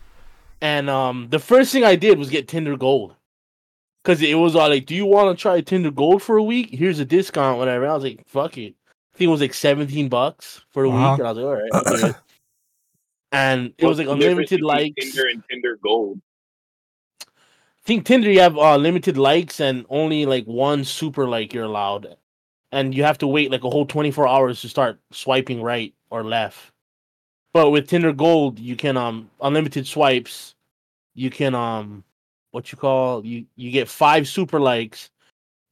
Speaker 6: and um the first thing I did was get Tinder Gold. Cause it was all like, do you want to try Tinder Gold for a week? Here's a discount, whatever. I was like, fuck it. I think it was like 17 bucks for a
Speaker 3: Wow.
Speaker 2: Uh-huh.
Speaker 6: week. And I was like, all right. I'll do it." And it was like
Speaker 2: What's the difference between
Speaker 6: unlimited likes.
Speaker 2: Tinder and Tinder Gold.
Speaker 6: think Tinder you have uh, limited likes and only like one super like you're allowed, and you have to wait like a whole 24 hours to start swiping right or left. But with Tinder Gold, you can um unlimited swipes. You can um what you call you you get five super likes,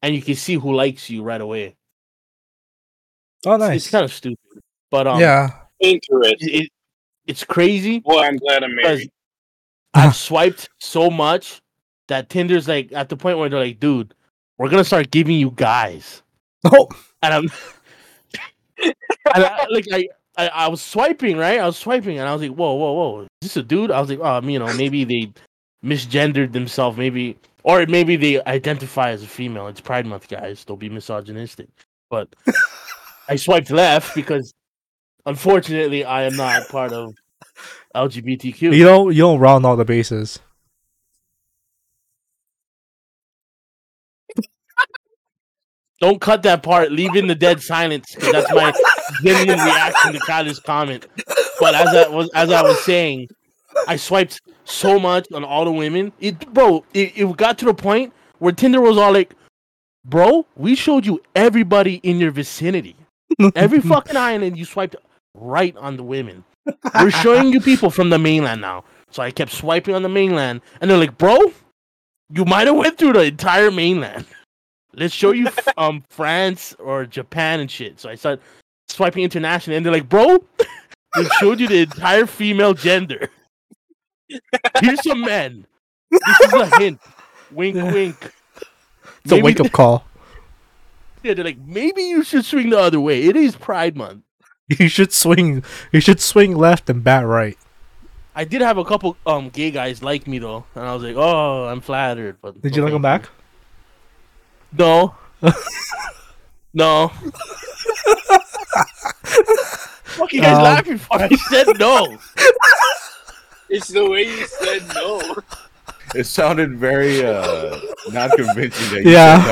Speaker 6: and you can see who likes you right away.
Speaker 3: Oh,
Speaker 6: It's-
Speaker 3: nice.
Speaker 6: It's, kind of stupid, but um
Speaker 3: yeah.
Speaker 2: Interesting.
Speaker 6: it, it- it's crazy
Speaker 2: Well, I'm glad I'm
Speaker 6: because
Speaker 2: married.
Speaker 6: I've swiped so much that Tinder's like at the point where they're like, dude, we're gonna start giving you guys.
Speaker 3: Oh,
Speaker 6: And I'm and I, like I, I I was swiping, right? I was swiping and I was like, whoa, whoa, whoa, is this a dude? I was like, um, you know, maybe they misgendered themselves, maybe or maybe they identify as a female. It's Pride Month, guys. Don't be misogynistic. But I swiped left because unfortunately I am not part of LGBTQ.
Speaker 3: you don't you don't round all the bases.
Speaker 6: Don't cut that part. Leave in the dead silence 'cause that's my genuine reaction to Kyler's comment. But as I was as I was saying, I swiped so much on all the women. It bro, it, it got to the point where Tinder was all like, "Bro, we showed you everybody in your vicinity, every fucking island. You swiped right on the women. We're showing you people from the mainland now." So I kept swiping on the mainland, and they're like, "Bro, you might have went through the entire mainland." let's show you f- um France or Japan and shit. So I start swiping internationally, and they're like, bro, we showed you the entire female gender. Here's some men. This is a hint. Wink,
Speaker 3: Yeah.
Speaker 6: wink.
Speaker 3: It's a wake up call.
Speaker 6: Yeah, they're like, maybe you should swing the other way. It is Pride Month.
Speaker 3: You should swing. You should swing left and bat right.
Speaker 6: I did have a couple um gay guys like me though, and I was like, oh, I'm flattered. But
Speaker 3: Did you like
Speaker 6: okay.
Speaker 3: him back?
Speaker 6: No. no. Fuck you guys
Speaker 3: Um, Uh,
Speaker 6: laughing for? Uh, I said no.
Speaker 2: It's the way you said no.
Speaker 4: It sounded very uh not convincing. That you
Speaker 3: Yeah.
Speaker 4: said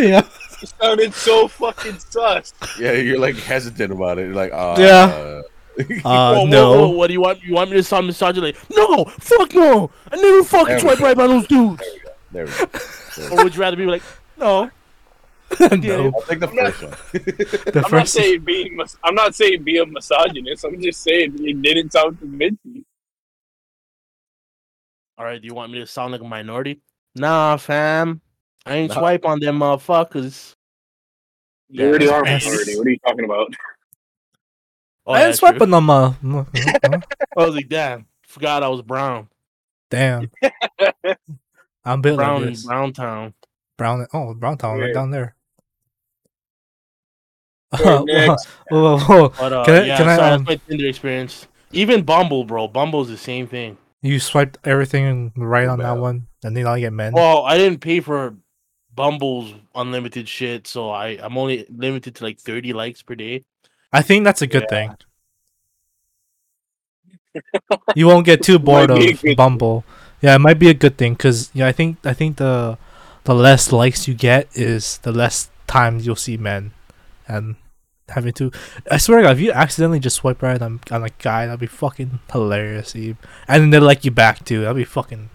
Speaker 4: no.
Speaker 3: yeah.
Speaker 2: It sounded so fucking sus.
Speaker 4: Yeah, you're like hesitant about it. You're like, uh,
Speaker 3: Yeah. Uh,
Speaker 6: Whoa, whoa,
Speaker 3: no.
Speaker 6: whoa, what do you want? You want me to sound misogynistic? No, fuck no. I never fucking
Speaker 4: There we
Speaker 6: swipe right by those dudes.
Speaker 4: There we go.
Speaker 6: Or would you rather be like, no?
Speaker 3: no.
Speaker 4: I'll take the first one.
Speaker 3: The
Speaker 2: I'm not
Speaker 3: first.
Speaker 2: saying being. Mis- I'm not saying be a misogynist. I'm just saying it didn't sound convincing.
Speaker 6: all right, do you want me to sound like a minority? Nah, fam. I ain't swipe on them motherfuckers.
Speaker 2: You already are
Speaker 3: Yes.
Speaker 2: minority. What are you talking about?
Speaker 6: Oh,
Speaker 3: I
Speaker 6: yeah,
Speaker 3: didn't swipe
Speaker 6: true.
Speaker 3: on them. uh, mm, mm, mm.
Speaker 6: I was like, damn, forgot I was brown.
Speaker 3: Damn. I'm built
Speaker 6: Brown
Speaker 3: like
Speaker 6: in
Speaker 3: this.
Speaker 6: Brown Town.
Speaker 3: Brown. Oh, Brown Town right
Speaker 2: Yeah.
Speaker 3: down there.
Speaker 2: Alright, next.
Speaker 3: whoa, whoa, whoa.
Speaker 6: But uh,
Speaker 3: Can I-
Speaker 6: yeah,
Speaker 3: can I,
Speaker 6: sorry,
Speaker 3: um,
Speaker 6: that's my Tinder experience. Even Bumble, bro. Bumble's the same thing.
Speaker 3: You swiped everything right on that
Speaker 4: Wow.
Speaker 3: one, and then I get men.
Speaker 6: Well, I didn't pay for Bumble's unlimited shit, so I I'm only limited to like 30 likes per day.
Speaker 3: I think that's a good thing. you won't get too bored
Speaker 2: Might be a
Speaker 3: of
Speaker 2: good-
Speaker 3: Bumble. Yeah, it might be a good thing because yeah, I think I think the the less likes you get is the less times you'll see men, and having to. I swear to God, if you accidentally just swipe right on on a guy, that'd be fucking hilarious. Eve. And then they like you back too. That'd be fucking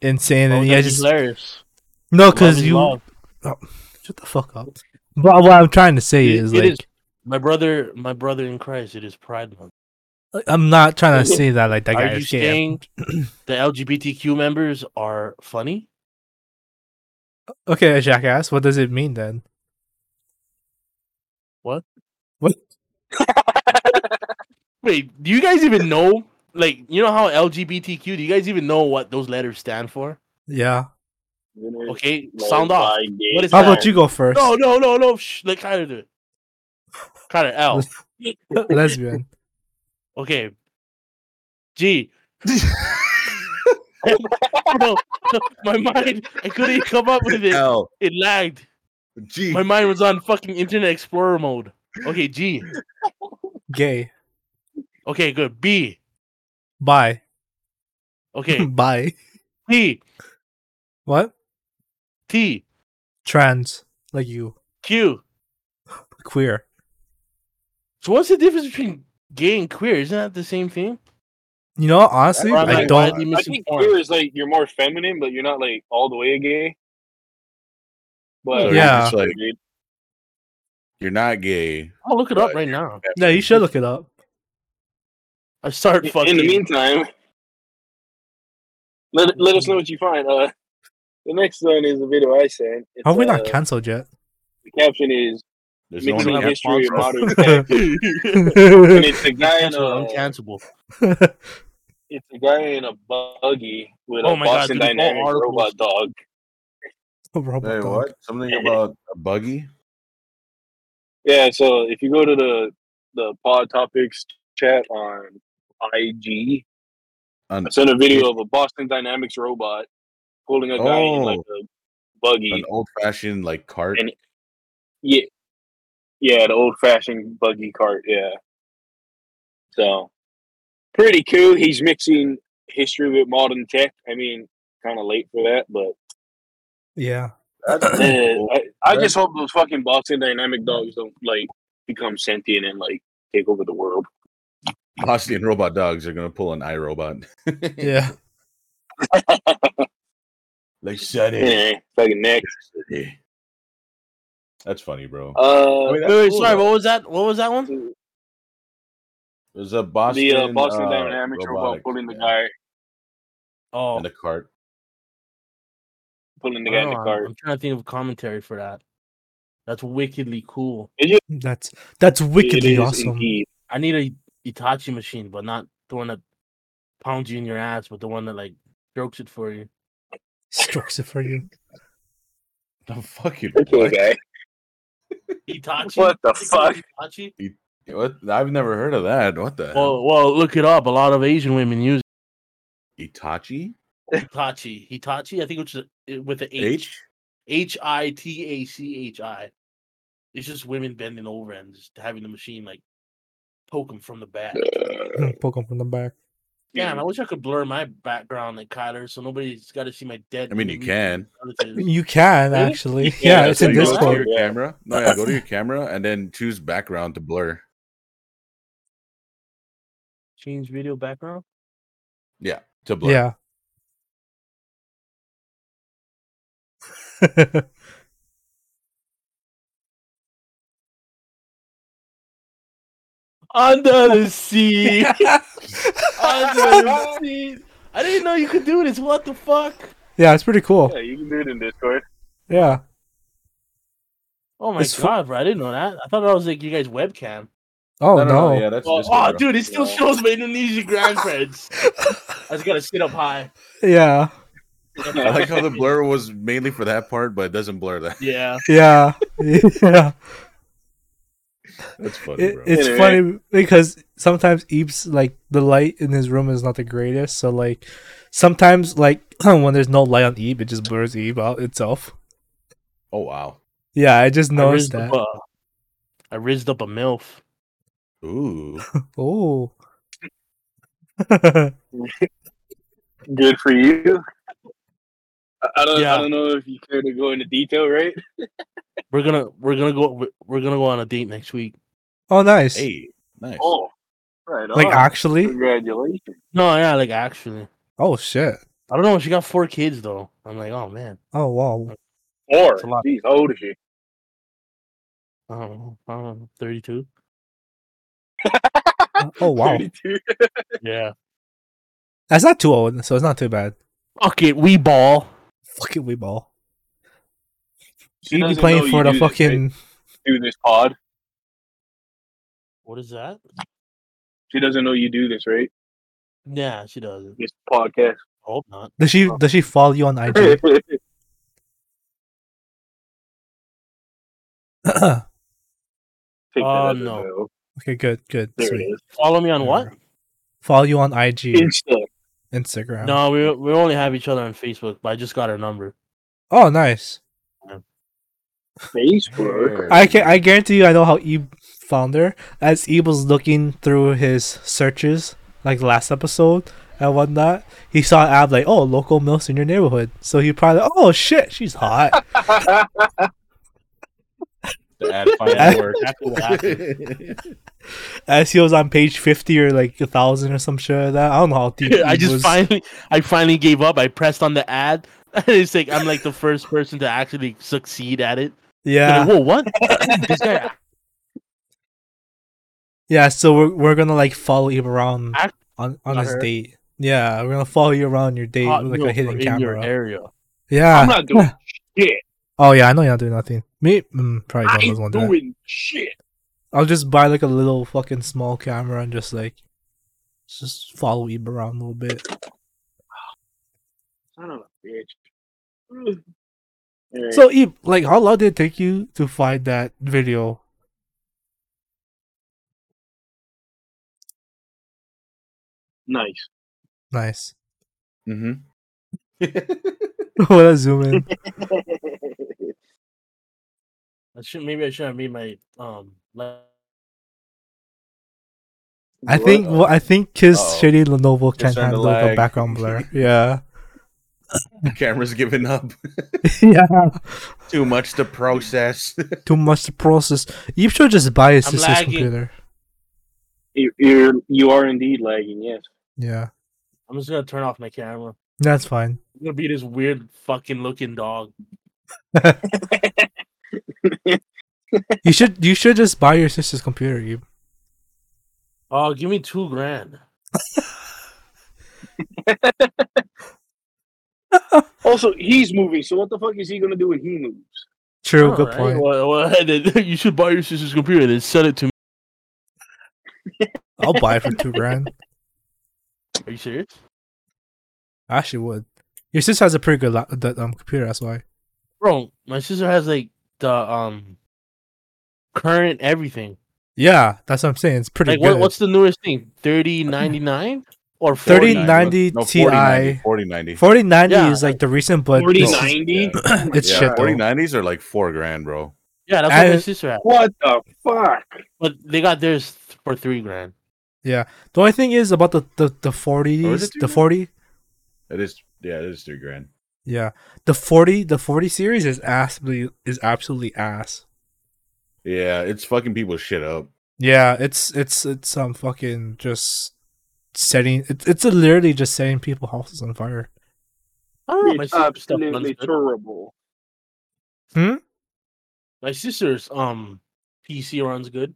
Speaker 3: insane.
Speaker 6: Oh,
Speaker 3: and yeah,
Speaker 6: that'd be
Speaker 3: just
Speaker 6: hilarious.
Speaker 3: no,
Speaker 6: Love
Speaker 3: because
Speaker 6: is
Speaker 3: you Oh,
Speaker 6: love.
Speaker 3: shut the fuck up. But what I'm trying to say
Speaker 6: It-
Speaker 3: is
Speaker 6: it
Speaker 3: like.
Speaker 6: is- my brother, my brother in Christ, it is Pride Month.
Speaker 3: Like, I'm not trying to say that like that guy
Speaker 6: Are you
Speaker 3: is gay.
Speaker 6: saying the LGBTQ members are funny?
Speaker 3: Okay, jackass. What does it mean then?
Speaker 6: Wait, do you guys even know? Like, you know how LGBTQ? Do you guys even know what those letters stand for?
Speaker 3: Yeah.
Speaker 6: Okay, sound off. What is
Speaker 3: How
Speaker 6: that?
Speaker 3: about you go first?
Speaker 6: No, no, no, no. Shh, let Kyler do it. Kyler L.
Speaker 3: Lesbian.
Speaker 6: Okay. G. Bro, my mind, I couldn't come up with it.
Speaker 4: L
Speaker 6: It lagged.
Speaker 4: G.
Speaker 6: My mind was on fucking Internet Explorer mode. Okay, G.
Speaker 3: Gay.
Speaker 6: Okay, good. B.
Speaker 3: Bye.
Speaker 6: Okay,
Speaker 3: Bye.
Speaker 6: T.
Speaker 3: What?
Speaker 6: T.
Speaker 3: Trans. Like you.
Speaker 6: Q.
Speaker 3: Queer.
Speaker 6: So what's the difference between gay and queer? Isn't that the same thing?
Speaker 3: You know, honestly,
Speaker 6: Or am
Speaker 3: I
Speaker 4: like,
Speaker 3: don't.
Speaker 6: widely
Speaker 2: I think
Speaker 6: misinformed?
Speaker 2: queer is like you're more feminine, but you're not like all the way gay. But
Speaker 3: Yeah.
Speaker 4: It's like you're not gay.
Speaker 6: I'll look it up right now.
Speaker 3: Yeah, you should look it up.
Speaker 6: I start fucking.
Speaker 2: in the meantime, let, let us know what you find. Uh, the next one is a video I sent. It's,
Speaker 3: How are we not
Speaker 2: uh,
Speaker 3: cancelled yet?
Speaker 2: The caption is
Speaker 4: There's no
Speaker 2: mixing
Speaker 4: one that
Speaker 2: history of
Speaker 4: wants us.
Speaker 2: modern tech, and it's a guy in
Speaker 6: Cancel,
Speaker 2: a
Speaker 6: uncancelable.
Speaker 2: it's a guy in a buggy with
Speaker 6: Oh
Speaker 2: a
Speaker 6: my God,
Speaker 2: Boston
Speaker 6: dude, all
Speaker 2: Dynamics
Speaker 6: articles.
Speaker 2: robot dog.
Speaker 3: Robot
Speaker 4: Hey,
Speaker 3: dog.
Speaker 4: what? Something about a buggy?
Speaker 2: Yeah, so if you go to the the pod topics chat on IG,
Speaker 4: An,
Speaker 2: I sent a video of a Boston Dynamics robot pulling a guy in like a buggy.
Speaker 4: Oh. an old fashioned like cart.
Speaker 2: And- Yeah, yeah, the old fashioned buggy cart. Yeah, so pretty cool. He's mixing history with modern tech. I mean, kind of late for that, but
Speaker 3: Yeah.
Speaker 4: That's
Speaker 2: man,
Speaker 4: cool.
Speaker 2: I, I just hope those fucking Boston Dynamic dogs don't like become sentient and like take over the world.
Speaker 4: Boston robot dogs are gonna pull an iRobot.
Speaker 3: Yeah.
Speaker 4: Like shut it.
Speaker 2: Yeah, Eh, fucking next.
Speaker 4: That's funny, bro.
Speaker 2: Uh,
Speaker 4: I mean,
Speaker 6: Wait,
Speaker 4: that's
Speaker 6: wait,
Speaker 4: cool,
Speaker 6: sorry,
Speaker 4: though.
Speaker 6: what was that? What was that one?
Speaker 4: There's a Boston,
Speaker 2: the uh, Boston
Speaker 4: uh,
Speaker 2: Dynamics robot
Speaker 4: robotics,
Speaker 2: pulling the
Speaker 4: yeah,
Speaker 2: guy,
Speaker 6: Oh,
Speaker 4: and the cart.
Speaker 2: pulling the
Speaker 6: I
Speaker 2: guy in
Speaker 6: don't
Speaker 2: the
Speaker 4: Oh,
Speaker 6: know,
Speaker 2: cart.
Speaker 6: I'm trying to think of commentary for that. That's wickedly cool.
Speaker 3: That's that's wickedly
Speaker 2: It is
Speaker 3: awesome.
Speaker 2: indeed.
Speaker 6: I need a Itachi machine, but not the one that pounds you in your ass, but the one that like strokes it for you.
Speaker 3: Strokes it for you.
Speaker 4: The fucking
Speaker 2: Cool
Speaker 4: what?
Speaker 2: guy.
Speaker 6: Itachi?
Speaker 2: What the
Speaker 6: They call it Itachi?
Speaker 4: What? I've never heard of that. What the hell?
Speaker 6: Well, well, look it up. A lot of Asian women use
Speaker 4: Itachi?
Speaker 6: Hitachi. Hitachi, I think it's a- with the H.
Speaker 4: H?
Speaker 6: H I T A C H I. It's just women bending over and just having the machine like poke them from the back.
Speaker 3: Poke him from the back.
Speaker 6: Damn, I wish I could blur my background like Kyler so nobody's got to see my dead.
Speaker 4: I mean, you
Speaker 6: baby
Speaker 4: can.
Speaker 6: relatives.
Speaker 3: You can
Speaker 6: Really?
Speaker 3: actually.
Speaker 2: Yeah,
Speaker 3: Yeah,
Speaker 2: that's
Speaker 3: it's in
Speaker 4: go
Speaker 2: what you do.
Speaker 4: to your
Speaker 3: Discord.
Speaker 4: camera. No, yeah, go to your camera and then choose background to blur.
Speaker 6: Change video background?
Speaker 4: Yeah, to blur.
Speaker 3: Yeah.
Speaker 6: Under the sea. Under the sea. I didn't know you could do this. What the fuck?
Speaker 3: Yeah, it's pretty cool.
Speaker 2: Yeah, you can do it in Discord.
Speaker 3: Yeah.
Speaker 6: Oh my
Speaker 3: It's fu-
Speaker 6: god, bro! I didn't know that. I thought that was like you guys webcam.
Speaker 3: Oh no.
Speaker 4: Yeah, that's
Speaker 6: Oh,
Speaker 4: just
Speaker 6: oh, dude, it still shows my Indonesian grandparents. I just gotta sit up high.
Speaker 3: Yeah.
Speaker 4: I like how the blur was mainly for that part, but it doesn't blur that.
Speaker 6: Yeah.
Speaker 3: Yeah. yeah.
Speaker 4: That's funny,
Speaker 3: It,
Speaker 4: bro.
Speaker 3: it's
Speaker 2: Yeah,
Speaker 3: funny because sometimes Eeps like the light in his room is not the greatest. So like sometimes like when there's no light on Eep, it just blurs Eep out itself.
Speaker 4: oh wow.
Speaker 3: Yeah, I just
Speaker 6: I
Speaker 3: noticed
Speaker 6: rizzed,
Speaker 3: that.
Speaker 6: up a, I rizzed up a MILF.
Speaker 4: Ooh.
Speaker 3: Oh. yeah,
Speaker 2: Good for you. I- I don't, I
Speaker 6: Yeah.
Speaker 2: don't know if you care to go into detail, right?
Speaker 6: We're gonna we're gonna go we're, we're gonna go on a date next week.
Speaker 3: oh nice.
Speaker 4: Hey, nice.
Speaker 2: Oh, right.
Speaker 3: Like
Speaker 2: on.
Speaker 3: actually?
Speaker 2: Congratulations.
Speaker 6: No, yeah, like actually.
Speaker 3: Oh shit.
Speaker 6: I don't know. She got four kids though. I'm like, oh man.
Speaker 3: Oh wow.
Speaker 2: Or,
Speaker 6: That's a lot.
Speaker 2: geez, how old is she?
Speaker 6: I don't know. I don't know. Thirty two.
Speaker 3: Oh wow.
Speaker 2: 32.
Speaker 6: Yeah.
Speaker 3: That's not too old, so it's not too bad.
Speaker 6: Fuck it, we ball.
Speaker 3: Fucking we ball.
Speaker 2: She
Speaker 3: You'd be
Speaker 2: doesn't know
Speaker 3: playing
Speaker 2: you
Speaker 3: for the
Speaker 2: do this, right?
Speaker 3: fucking
Speaker 2: Do this pod.
Speaker 6: What is that?
Speaker 2: She doesn't know you do this, right?
Speaker 6: Yeah, she doesn't.
Speaker 2: This podcast.
Speaker 6: Hope not.
Speaker 3: Does she
Speaker 2: Oh.
Speaker 3: does she follow you on IG?
Speaker 2: Take that
Speaker 6: Uh,
Speaker 2: as a
Speaker 6: no.
Speaker 3: okay, good, good.
Speaker 2: There
Speaker 3: Oh, sweet.
Speaker 2: it is.
Speaker 6: Follow me on what?
Speaker 3: Follow you on IG,
Speaker 2: Insta.
Speaker 3: Instagram.
Speaker 6: No, we we only have each other on Facebook, but I just got her number.
Speaker 3: Oh, nice.
Speaker 2: Facebook.
Speaker 3: I can I guarantee you I know how Eve found her. As Eve was looking through his searches, like last episode and whatnot, he saw an ad like, "Oh, local milfs in your neighborhood." So he probably, like, "Oh shit, she's hot."
Speaker 4: The ad finally
Speaker 3: Ad-
Speaker 4: worked.
Speaker 6: Exactly what happened.
Speaker 3: As he was E on page fifty or like a thousand or some shit. Like that I don't know how deep.
Speaker 6: I
Speaker 3: Eve
Speaker 6: just
Speaker 3: was-
Speaker 6: finally I finally gave up. I pressed on the ad. it's like I'm like the first person to actually succeed at it. They're
Speaker 3: Yeah,
Speaker 6: Like, Whoa, what? this guy
Speaker 3: yeah. So we're we're gonna like follow Eve around
Speaker 6: Act-
Speaker 3: on on
Speaker 6: on
Speaker 3: his
Speaker 6: her.
Speaker 3: date. Yeah, we're gonna follow you around your date
Speaker 6: hot
Speaker 3: with
Speaker 6: meal
Speaker 3: like a hidden
Speaker 6: in your
Speaker 3: camera.
Speaker 6: area.
Speaker 2: I'm
Speaker 3: Yeah.
Speaker 2: not doing shit.
Speaker 3: Oh yeah, I know you're not doing nothing. Me, mm, probably
Speaker 2: I
Speaker 3: don't
Speaker 2: ain't
Speaker 3: want to do that.
Speaker 2: doing shit.
Speaker 3: I'll just buy like a little fucking small camera and just like just follow Ebe around a little bit.
Speaker 2: I don't know, bitch. Alright.
Speaker 3: So Ebe, like how long did it take you to find that video?
Speaker 2: nice.
Speaker 3: Nice.
Speaker 4: hmm
Speaker 3: what a zoom in.
Speaker 6: I should maybe I should have made my um la-
Speaker 3: I
Speaker 2: uh,
Speaker 3: think well, I think his
Speaker 4: Uh-oh.
Speaker 3: shitty Lenovo can't
Speaker 4: starting to
Speaker 3: handle the
Speaker 4: lag.
Speaker 3: background blur. Yeah.
Speaker 4: The camera's giving up.
Speaker 3: yeah.
Speaker 4: Too much to process.
Speaker 3: Too much to process. Ebe should just buy his
Speaker 6: I'm
Speaker 3: sister's
Speaker 6: lagging.
Speaker 3: computer.
Speaker 2: You- You're you are indeed lagging. Yes.
Speaker 3: Yeah.
Speaker 6: I'm just gonna turn off my camera. I'm
Speaker 3: That's fine.
Speaker 6: gonna be this weird fucking looking dog.
Speaker 3: You should you should just buy your sister's computer, Ebe.
Speaker 6: Oh, give me two grand.
Speaker 2: Also, he's moving. So what the fuck is he gonna do when he moves?
Speaker 3: True,
Speaker 6: All
Speaker 3: good
Speaker 6: right,
Speaker 3: point.
Speaker 6: Well, well, then you should buy your sister's computer and then sell it to me.
Speaker 3: I'll buy it for two grand.
Speaker 6: Are you serious?
Speaker 3: I actually would. Your sister has a pretty good la- the, um computer, that's why.
Speaker 6: Bro, my sister has like the um current everything.
Speaker 3: Yeah, that's what I'm saying. It's pretty
Speaker 6: Like
Speaker 3: good.
Speaker 6: what, what's the newest thing? Thirty ninety nine or
Speaker 3: 30
Speaker 6: 40?
Speaker 3: 90 Ti.
Speaker 4: 4090.
Speaker 3: 4090
Speaker 6: Yeah.
Speaker 3: is like the recent, but
Speaker 2: Forty
Speaker 3: it's-
Speaker 2: ninety.
Speaker 3: it's
Speaker 4: yeah,
Speaker 3: shit. Though.
Speaker 4: 4090s are like four grand, bro.
Speaker 6: Yeah, that's what my
Speaker 3: I-
Speaker 6: sister had.
Speaker 2: What the fuck?
Speaker 6: But they got theirs for three grand.
Speaker 3: The only thing is about the the the 40s,
Speaker 4: Or is it
Speaker 3: the
Speaker 4: two?
Speaker 3: 40.
Speaker 4: It is, yeah, it is three grand.
Speaker 3: Yeah, the 40 the 40 series is absolutely is absolutely ass.
Speaker 4: Yeah, it's fucking people shit up.
Speaker 3: Yeah, it's it's it's um fucking just setting. It's it's literally just setting people houses on fire.
Speaker 6: I don't know. Oh, My
Speaker 2: It's
Speaker 6: sister's stuff runs
Speaker 2: absolutely
Speaker 6: good.
Speaker 2: terrible.
Speaker 6: My sister's um PC runs good.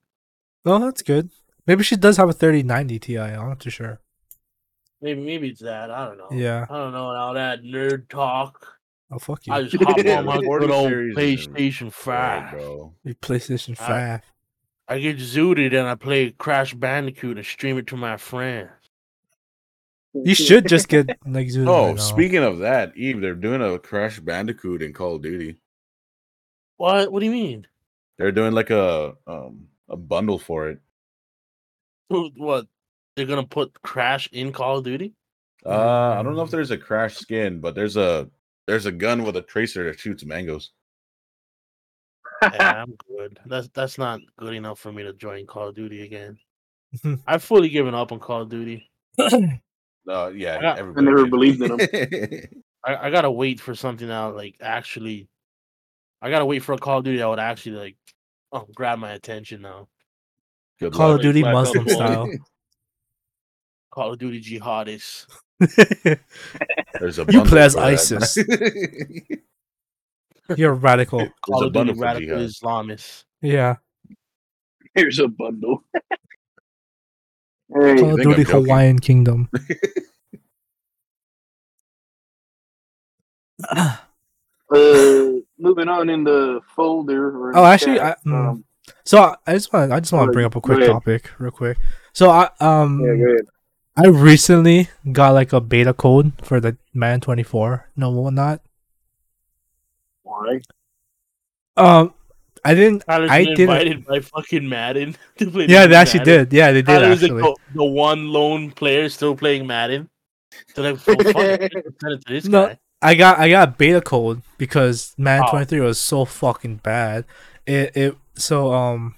Speaker 3: Oh, that's good. Maybe she does have a 3090 Ti. I'm not too sure.
Speaker 6: Maybe maybe it's that. I don't know.
Speaker 3: Yeah.
Speaker 6: I don't know. And all that nerd talk.
Speaker 3: Oh fuck you.
Speaker 6: I just hop
Speaker 4: Yeah,
Speaker 6: on my
Speaker 4: the Gordon
Speaker 6: good old
Speaker 4: series is in-
Speaker 6: PlayStation
Speaker 4: Right,
Speaker 6: Five.
Speaker 4: bro.
Speaker 3: You PlayStation
Speaker 6: I-
Speaker 3: Five.
Speaker 6: I get zooted and I play Crash Bandicoot and stream it to my friends.
Speaker 3: You should just get like uh, Zoom.
Speaker 4: Oh, speaking of that, Eve, they're doing a Crash Bandicoot in Call of Duty.
Speaker 6: What? What do you mean?
Speaker 4: They're doing like a um a bundle for it.
Speaker 6: Who- What? They're gonna put Crash in Call of Duty?
Speaker 4: Uh, I don't
Speaker 3: Mm.
Speaker 4: know if there's a Crash skin, but there's a there's a gun with a tracer that shoots mangoes.
Speaker 6: Yeah, I'm good. That's that's not good enough for me to join Call of Duty again.
Speaker 3: Mhm.
Speaker 6: I've fully given up on Call of Duty.
Speaker 4: Uh, yeah,
Speaker 6: I got- I
Speaker 4: everybody
Speaker 2: never
Speaker 4: did.
Speaker 2: believed in
Speaker 6: I, I gotta wait for something that like actually. I gotta wait for a Call of Duty that would actually like oh, grab my attention now.
Speaker 4: Good
Speaker 3: Call of
Speaker 4: luck.
Speaker 3: Duty
Speaker 6: Black
Speaker 3: Muslim
Speaker 6: Ops.
Speaker 3: style.
Speaker 6: Call of Duty jihadists.
Speaker 4: There's a
Speaker 3: You play
Speaker 4: bundle
Speaker 3: as
Speaker 4: for that.
Speaker 3: ISIS. You're radical.
Speaker 6: Call of Duty
Speaker 4: bundle for
Speaker 6: radical
Speaker 4: jihad.
Speaker 6: Islamists.
Speaker 3: Yeah.
Speaker 2: Here's a bundle. hey,
Speaker 3: Call of
Speaker 4: think I'm
Speaker 3: Duty
Speaker 4: joking.
Speaker 3: Hawaiian Kingdom.
Speaker 2: uh, moving on in the folder. or in
Speaker 3: Oh,
Speaker 2: the
Speaker 3: actually,
Speaker 2: chat,
Speaker 3: I- mm.
Speaker 2: um,
Speaker 3: So I- I just want I just want to
Speaker 2: Go
Speaker 3: bring up a quick
Speaker 2: ahead.
Speaker 3: topic real quick. So I um
Speaker 2: yeah, go ahead.
Speaker 3: I recently got like a beta code for the Man 24. No, whatnot.
Speaker 2: Why?
Speaker 3: Um, I didn't.
Speaker 6: Tyler's
Speaker 3: I
Speaker 6: I
Speaker 3: didn't-
Speaker 6: invited by fucking Madden to play.
Speaker 3: Yeah, they
Speaker 6: Madden.
Speaker 3: actually did. Yeah, they did
Speaker 6: Tyler was like
Speaker 3: actually.
Speaker 6: the, the one lone player still playing Madden. So like, oh, fuck, I should send it to this
Speaker 3: No.
Speaker 6: guy.
Speaker 3: I got I got a beta code because Man
Speaker 6: Oh.
Speaker 3: 23 was so fucking bad. It it so um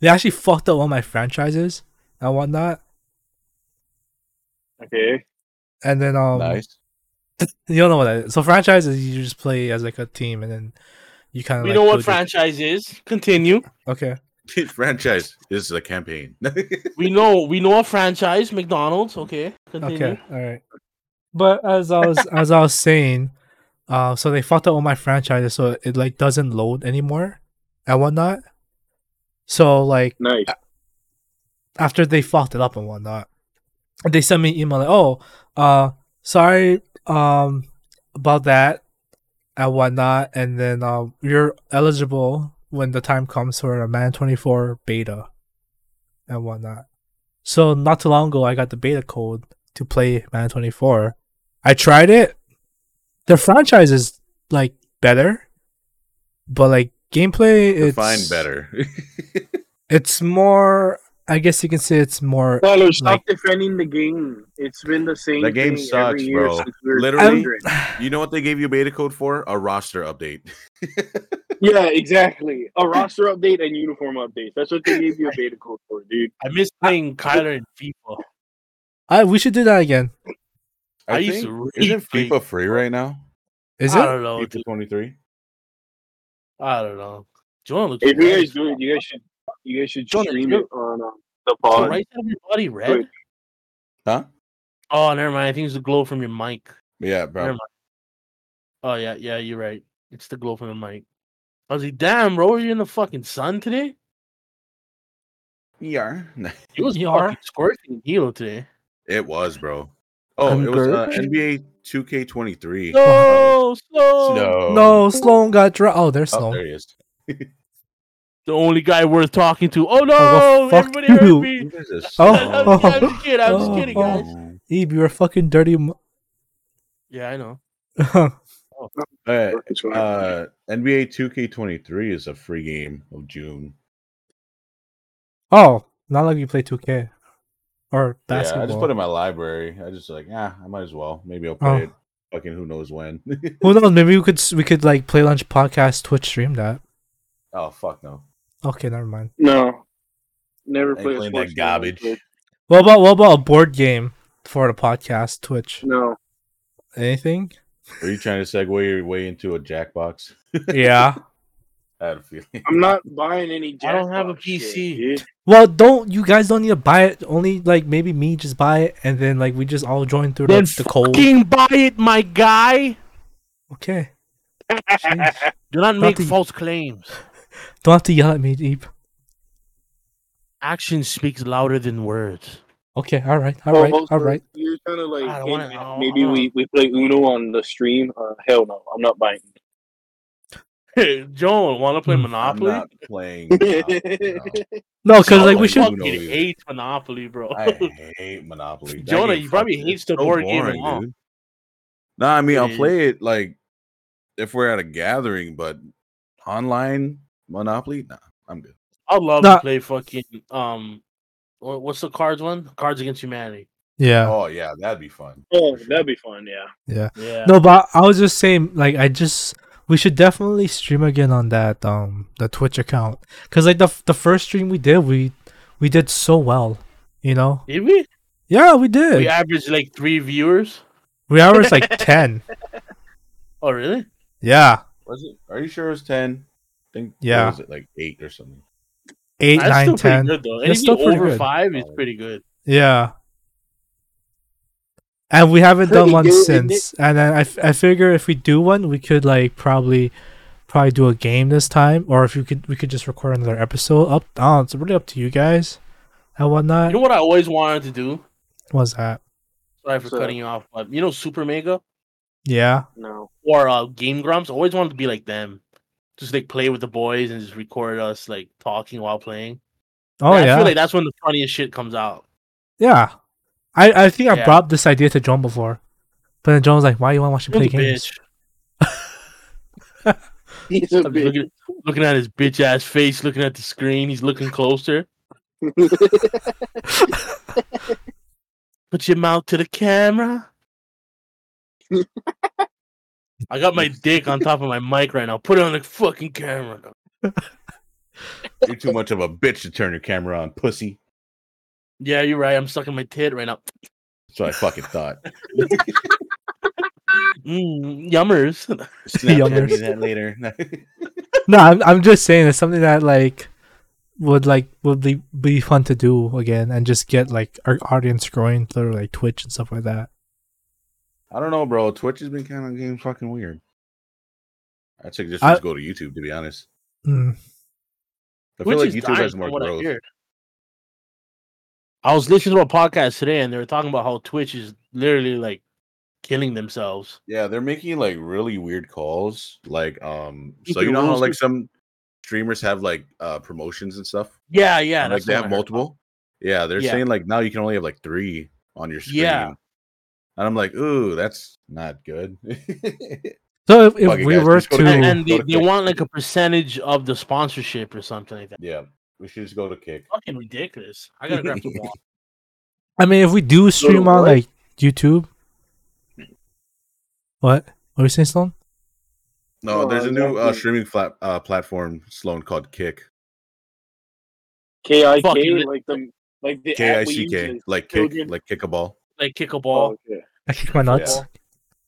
Speaker 3: they actually fucked up all my franchises and whatnot.
Speaker 2: Okay.
Speaker 3: And then um
Speaker 4: nice.
Speaker 3: you don't know what that is. So franchises you just play as like a team and then you kind of
Speaker 6: We
Speaker 3: like
Speaker 6: know
Speaker 3: go
Speaker 6: what
Speaker 3: do-
Speaker 6: franchise is. Continue.
Speaker 3: Okay.
Speaker 4: franchise. This is a campaign.
Speaker 6: We know. We know a franchise. McDonald's. Okay. Continue.
Speaker 3: Okay, all right. But as I was as I was saying, uh, so they fucked up all my franchises, so it like doesn't load anymore and whatnot. So like
Speaker 2: Nice.
Speaker 3: after they fucked it up and whatnot, they sent me an email like, "Oh, uh, sorry, um, about that and whatnot," and then uh, you're eligible when the time comes for a Man 24 beta and whatnot. So not too long ago, I got the beta code to play Man 24. I tried it. The franchise is like better, but like gameplay, it's
Speaker 4: Define better.
Speaker 3: It's more. I guess you can say it's more
Speaker 2: Tyler, stop
Speaker 3: Like-
Speaker 2: defending the game. It's been the same.
Speaker 4: The game
Speaker 2: thing
Speaker 4: sucks,
Speaker 2: every year
Speaker 4: bro.
Speaker 2: since we were
Speaker 4: Literally-
Speaker 2: children.
Speaker 4: you know what they gave you beta code for? A roster update.
Speaker 2: Yeah, exactly. A roster update and uniform update. That's what they gave you a beta code for, dude.
Speaker 6: I miss playing Kyler in FIFA.
Speaker 3: I we should do that again.
Speaker 6: I used to
Speaker 4: Isn't
Speaker 6: really
Speaker 4: FIFA free right now?
Speaker 3: Is
Speaker 6: I
Speaker 3: it?
Speaker 6: don't know.
Speaker 4: FIFA
Speaker 6: dude.
Speaker 4: 23.
Speaker 6: I don't know. Jonah looks.
Speaker 2: If you
Speaker 6: red.
Speaker 2: guys do it, you guys should you guys should
Speaker 6: Jonah,
Speaker 2: stream
Speaker 6: you-
Speaker 2: it on uh, the
Speaker 6: Oh,
Speaker 2: pod.
Speaker 6: right down your body
Speaker 2: Wait.
Speaker 6: red.
Speaker 4: Huh?
Speaker 6: Oh, never mind. I think it's the glow from your mic.
Speaker 4: Yeah, bro.
Speaker 6: Never Oh yeah, yeah, you're right. It's the glow from the mic. I was like, damn, bro, are you in the fucking sun today?
Speaker 4: Yeah.
Speaker 6: It was
Speaker 3: You are.
Speaker 6: fucking scorching Hilo today.
Speaker 4: It was, bro. Oh,
Speaker 3: I'm
Speaker 4: it was uh,
Speaker 3: good.
Speaker 4: NBA 2K23.
Speaker 6: No,
Speaker 4: No.
Speaker 6: slow.
Speaker 3: No, Sloan got dropped. Oh, there's
Speaker 4: Oh,
Speaker 3: Sloan.
Speaker 4: there he is.
Speaker 6: The only guy worth talking to. Oh no,
Speaker 3: well, fuck
Speaker 6: everybody heard
Speaker 3: you.
Speaker 6: me.
Speaker 4: There's a
Speaker 3: Oh.
Speaker 6: I'm,
Speaker 4: Sloan.
Speaker 6: I'm just kidding. I'm just
Speaker 3: Oh,
Speaker 6: kidding,
Speaker 3: oh.
Speaker 6: guys.
Speaker 3: Eve, you're a fucking dirty. Mo-
Speaker 6: Yeah, I know.
Speaker 4: But,
Speaker 2: It's fine.
Speaker 4: uh, NBA 2K23 is a free game of June.
Speaker 3: oh, not like you play 2K or
Speaker 4: Yeah,
Speaker 3: basketball.
Speaker 4: I just put it in my library. I just like, ah, I might as well. Maybe I'll play
Speaker 3: Oh.
Speaker 4: it. Fucking who knows when.
Speaker 3: Who knows? Maybe we could s- we could like play lunch podcast Twitch stream that.
Speaker 4: oh fuck no.
Speaker 3: Okay, never mind.
Speaker 2: no, never
Speaker 4: Ain't
Speaker 2: play a
Speaker 4: playing
Speaker 2: sports
Speaker 4: that
Speaker 2: game on
Speaker 4: garbage.
Speaker 2: Twitch.
Speaker 3: What about what about a board game for the podcast Twitch?
Speaker 2: No,
Speaker 3: Anything?
Speaker 4: Are you trying to segue your way into a Jackbox?
Speaker 3: yeah.
Speaker 4: I had a feeling.
Speaker 2: I'm not buying any.
Speaker 6: I don't have a
Speaker 2: Jackbox shit,
Speaker 6: PC.
Speaker 2: dude.
Speaker 3: Well, don't you guys don't need to buy it. Only like maybe me just buy it, and then like we just all join through the, the cold.
Speaker 6: fucking buy it, my guy.
Speaker 3: Okay. Jeez.
Speaker 6: Do not make
Speaker 3: Nothing.
Speaker 6: false claims.
Speaker 3: Don't have to yell at me, Eve.
Speaker 6: Action speaks louder than words.
Speaker 3: Okay, all right, all right, all right.
Speaker 2: You're kind of like
Speaker 6: I don't
Speaker 2: hey,
Speaker 6: wanna-
Speaker 2: man,
Speaker 6: I don't-
Speaker 2: maybe
Speaker 6: I don't-
Speaker 2: we, we play Uno on the stream. Uh, hell no, I'm not buying.
Speaker 6: Joel, want to play
Speaker 3: Hmm.
Speaker 4: I'm
Speaker 6: Monopoly?
Speaker 4: not playing. Monopoly,
Speaker 3: No, because like
Speaker 4: Sounds
Speaker 3: we
Speaker 4: like
Speaker 3: should.
Speaker 4: fuck.
Speaker 6: fucking
Speaker 4: Uno is-
Speaker 6: hates Monopoly, bro.
Speaker 4: no. I hate Monopoly. That
Speaker 6: Jonah,
Speaker 4: game
Speaker 6: you probably
Speaker 4: fucking-
Speaker 6: hates
Speaker 4: it's
Speaker 6: the board game alone.
Speaker 4: dude. Nah, I mean
Speaker 6: It
Speaker 4: I'll
Speaker 6: is.
Speaker 4: play it like if we're at a gathering, but online Monopoly, nah, I'm good.
Speaker 6: I'd love
Speaker 3: Nah.
Speaker 6: to play fucking um, wha- what's the cards one? Cards Against Humanity.
Speaker 3: Yeah,
Speaker 4: Oh yeah, that'd be fun.
Speaker 2: Oh,
Speaker 4: for sure.
Speaker 2: that'd be fun. Yeah.
Speaker 3: yeah.
Speaker 6: Yeah.
Speaker 3: No, but I was just saying, like, I just we should definitely stream again on that um the Twitch account because like the f- the first stream we did, we we did so well, you know.
Speaker 6: Did we?
Speaker 3: Yeah, we did.
Speaker 6: We averaged like three viewers.
Speaker 3: We averaged like ten.
Speaker 6: Oh, really?
Speaker 3: Yeah,
Speaker 4: Was it? Are you sure it was ten? I think what
Speaker 3: Yeah.
Speaker 4: was it like eight or something?
Speaker 3: eight,
Speaker 6: That's
Speaker 3: nine,
Speaker 6: still pretty
Speaker 3: ten.
Speaker 6: good though.
Speaker 3: That's
Speaker 6: Anything
Speaker 3: still pretty
Speaker 6: over
Speaker 3: good.
Speaker 6: five is pretty good.
Speaker 3: Yeah. And we haven't done
Speaker 2: Pretty
Speaker 3: one
Speaker 2: good, isn't it?
Speaker 3: since. And then I, f- I figure if we do one, we could like probably probably do a game this time, or if you could we could just record another episode. Up, I don't know, it's really up to you guys and
Speaker 6: You
Speaker 3: whatnot.
Speaker 6: know what I always wanted to do?
Speaker 3: What's that?
Speaker 6: Sorry for
Speaker 2: So-
Speaker 6: cutting you off, but you know Super Mega
Speaker 3: Yeah,
Speaker 2: No.
Speaker 6: or uh, Game Grumps. I always wanted to be like them, just like play with the boys and just record us like talking while playing.
Speaker 3: oh
Speaker 6: Like, I
Speaker 3: yeah,
Speaker 6: feel like that's when the funniest shit comes out.
Speaker 3: yeah. I I think I
Speaker 6: Yeah.
Speaker 3: brought this idea to John before, but then John was like, "Why you want to watch him
Speaker 6: You're
Speaker 3: play
Speaker 6: the
Speaker 3: games?"
Speaker 6: bitch.
Speaker 2: He's a
Speaker 6: I'm just
Speaker 2: bitch.
Speaker 6: Looking, looking at his bitch ass face, looking at the screen. He's looking closer. Put your mouth to the camera. I got my dick on top of my mic right now. Put it on the fucking camera.
Speaker 4: You're too much of a bitch to turn your camera on, pussy.
Speaker 6: Yeah, you're right. I'm sucking my tit right now.
Speaker 4: That's what I fucking thought.
Speaker 6: Mm, yummers.
Speaker 4: Snapchat me
Speaker 3: Yummers.
Speaker 4: that later.
Speaker 3: no, I'm I'm just saying it's something that like would like would be, be fun to do again and just get like our audience growing through like Twitch and stuff like that.
Speaker 4: I don't know, bro. Twitch has been kind of getting fucking weird. I think just
Speaker 3: I-
Speaker 4: go to YouTube to be honest.
Speaker 3: Mm.
Speaker 4: I
Speaker 6: Which
Speaker 4: feel like
Speaker 6: is
Speaker 4: YouTube
Speaker 6: dying
Speaker 4: has
Speaker 6: from
Speaker 4: more
Speaker 6: what I
Speaker 4: growth.
Speaker 6: hear. I was listening to a podcast today and they were talking about how Twitch is literally like killing themselves.
Speaker 4: Yeah, they're making like really weird calls. Like, um, so
Speaker 6: Keeping
Speaker 4: you know how
Speaker 6: rules
Speaker 4: like
Speaker 6: with-
Speaker 4: some streamers have like uh promotions and stuff.
Speaker 6: Yeah, yeah.
Speaker 4: like they
Speaker 6: what I
Speaker 4: have
Speaker 6: heard.
Speaker 4: multiple. Yeah, they're
Speaker 6: Yeah.
Speaker 4: saying like now you can only have like three on your screen.
Speaker 6: Yeah.
Speaker 4: And I'm like, ooh, that's not good.
Speaker 3: So if,
Speaker 4: Fuck
Speaker 3: if
Speaker 4: it,
Speaker 3: we
Speaker 4: guys,
Speaker 3: were
Speaker 4: just go to
Speaker 3: to
Speaker 4: Kick.
Speaker 6: And, and they,
Speaker 4: Go to
Speaker 6: they
Speaker 4: Kick.
Speaker 6: want like a percentage of the sponsorship or something like that.
Speaker 4: yeah, we should just go to kick.
Speaker 6: Fucking ridiculous. I gotta grab the ball.
Speaker 3: I mean if we do stream on
Speaker 2: what?
Speaker 3: like YouTube What? What are you saying, Stone?
Speaker 4: No,
Speaker 2: Oh,
Speaker 4: there's a
Speaker 2: I
Speaker 4: new
Speaker 2: love
Speaker 4: uh,
Speaker 2: it.
Speaker 4: streaming flat, uh, platform, Sloan, called Kick.
Speaker 2: K I
Speaker 6: Fuck
Speaker 2: K
Speaker 6: you.
Speaker 2: like the like the
Speaker 4: K I
Speaker 2: app we
Speaker 4: C
Speaker 2: use
Speaker 4: K,
Speaker 2: is-
Speaker 4: like kick,
Speaker 2: children.
Speaker 4: like kick a ball.
Speaker 6: Like kick a
Speaker 2: Oh,
Speaker 6: ball.
Speaker 2: okay.
Speaker 3: I kicked my nuts.
Speaker 4: Yeah.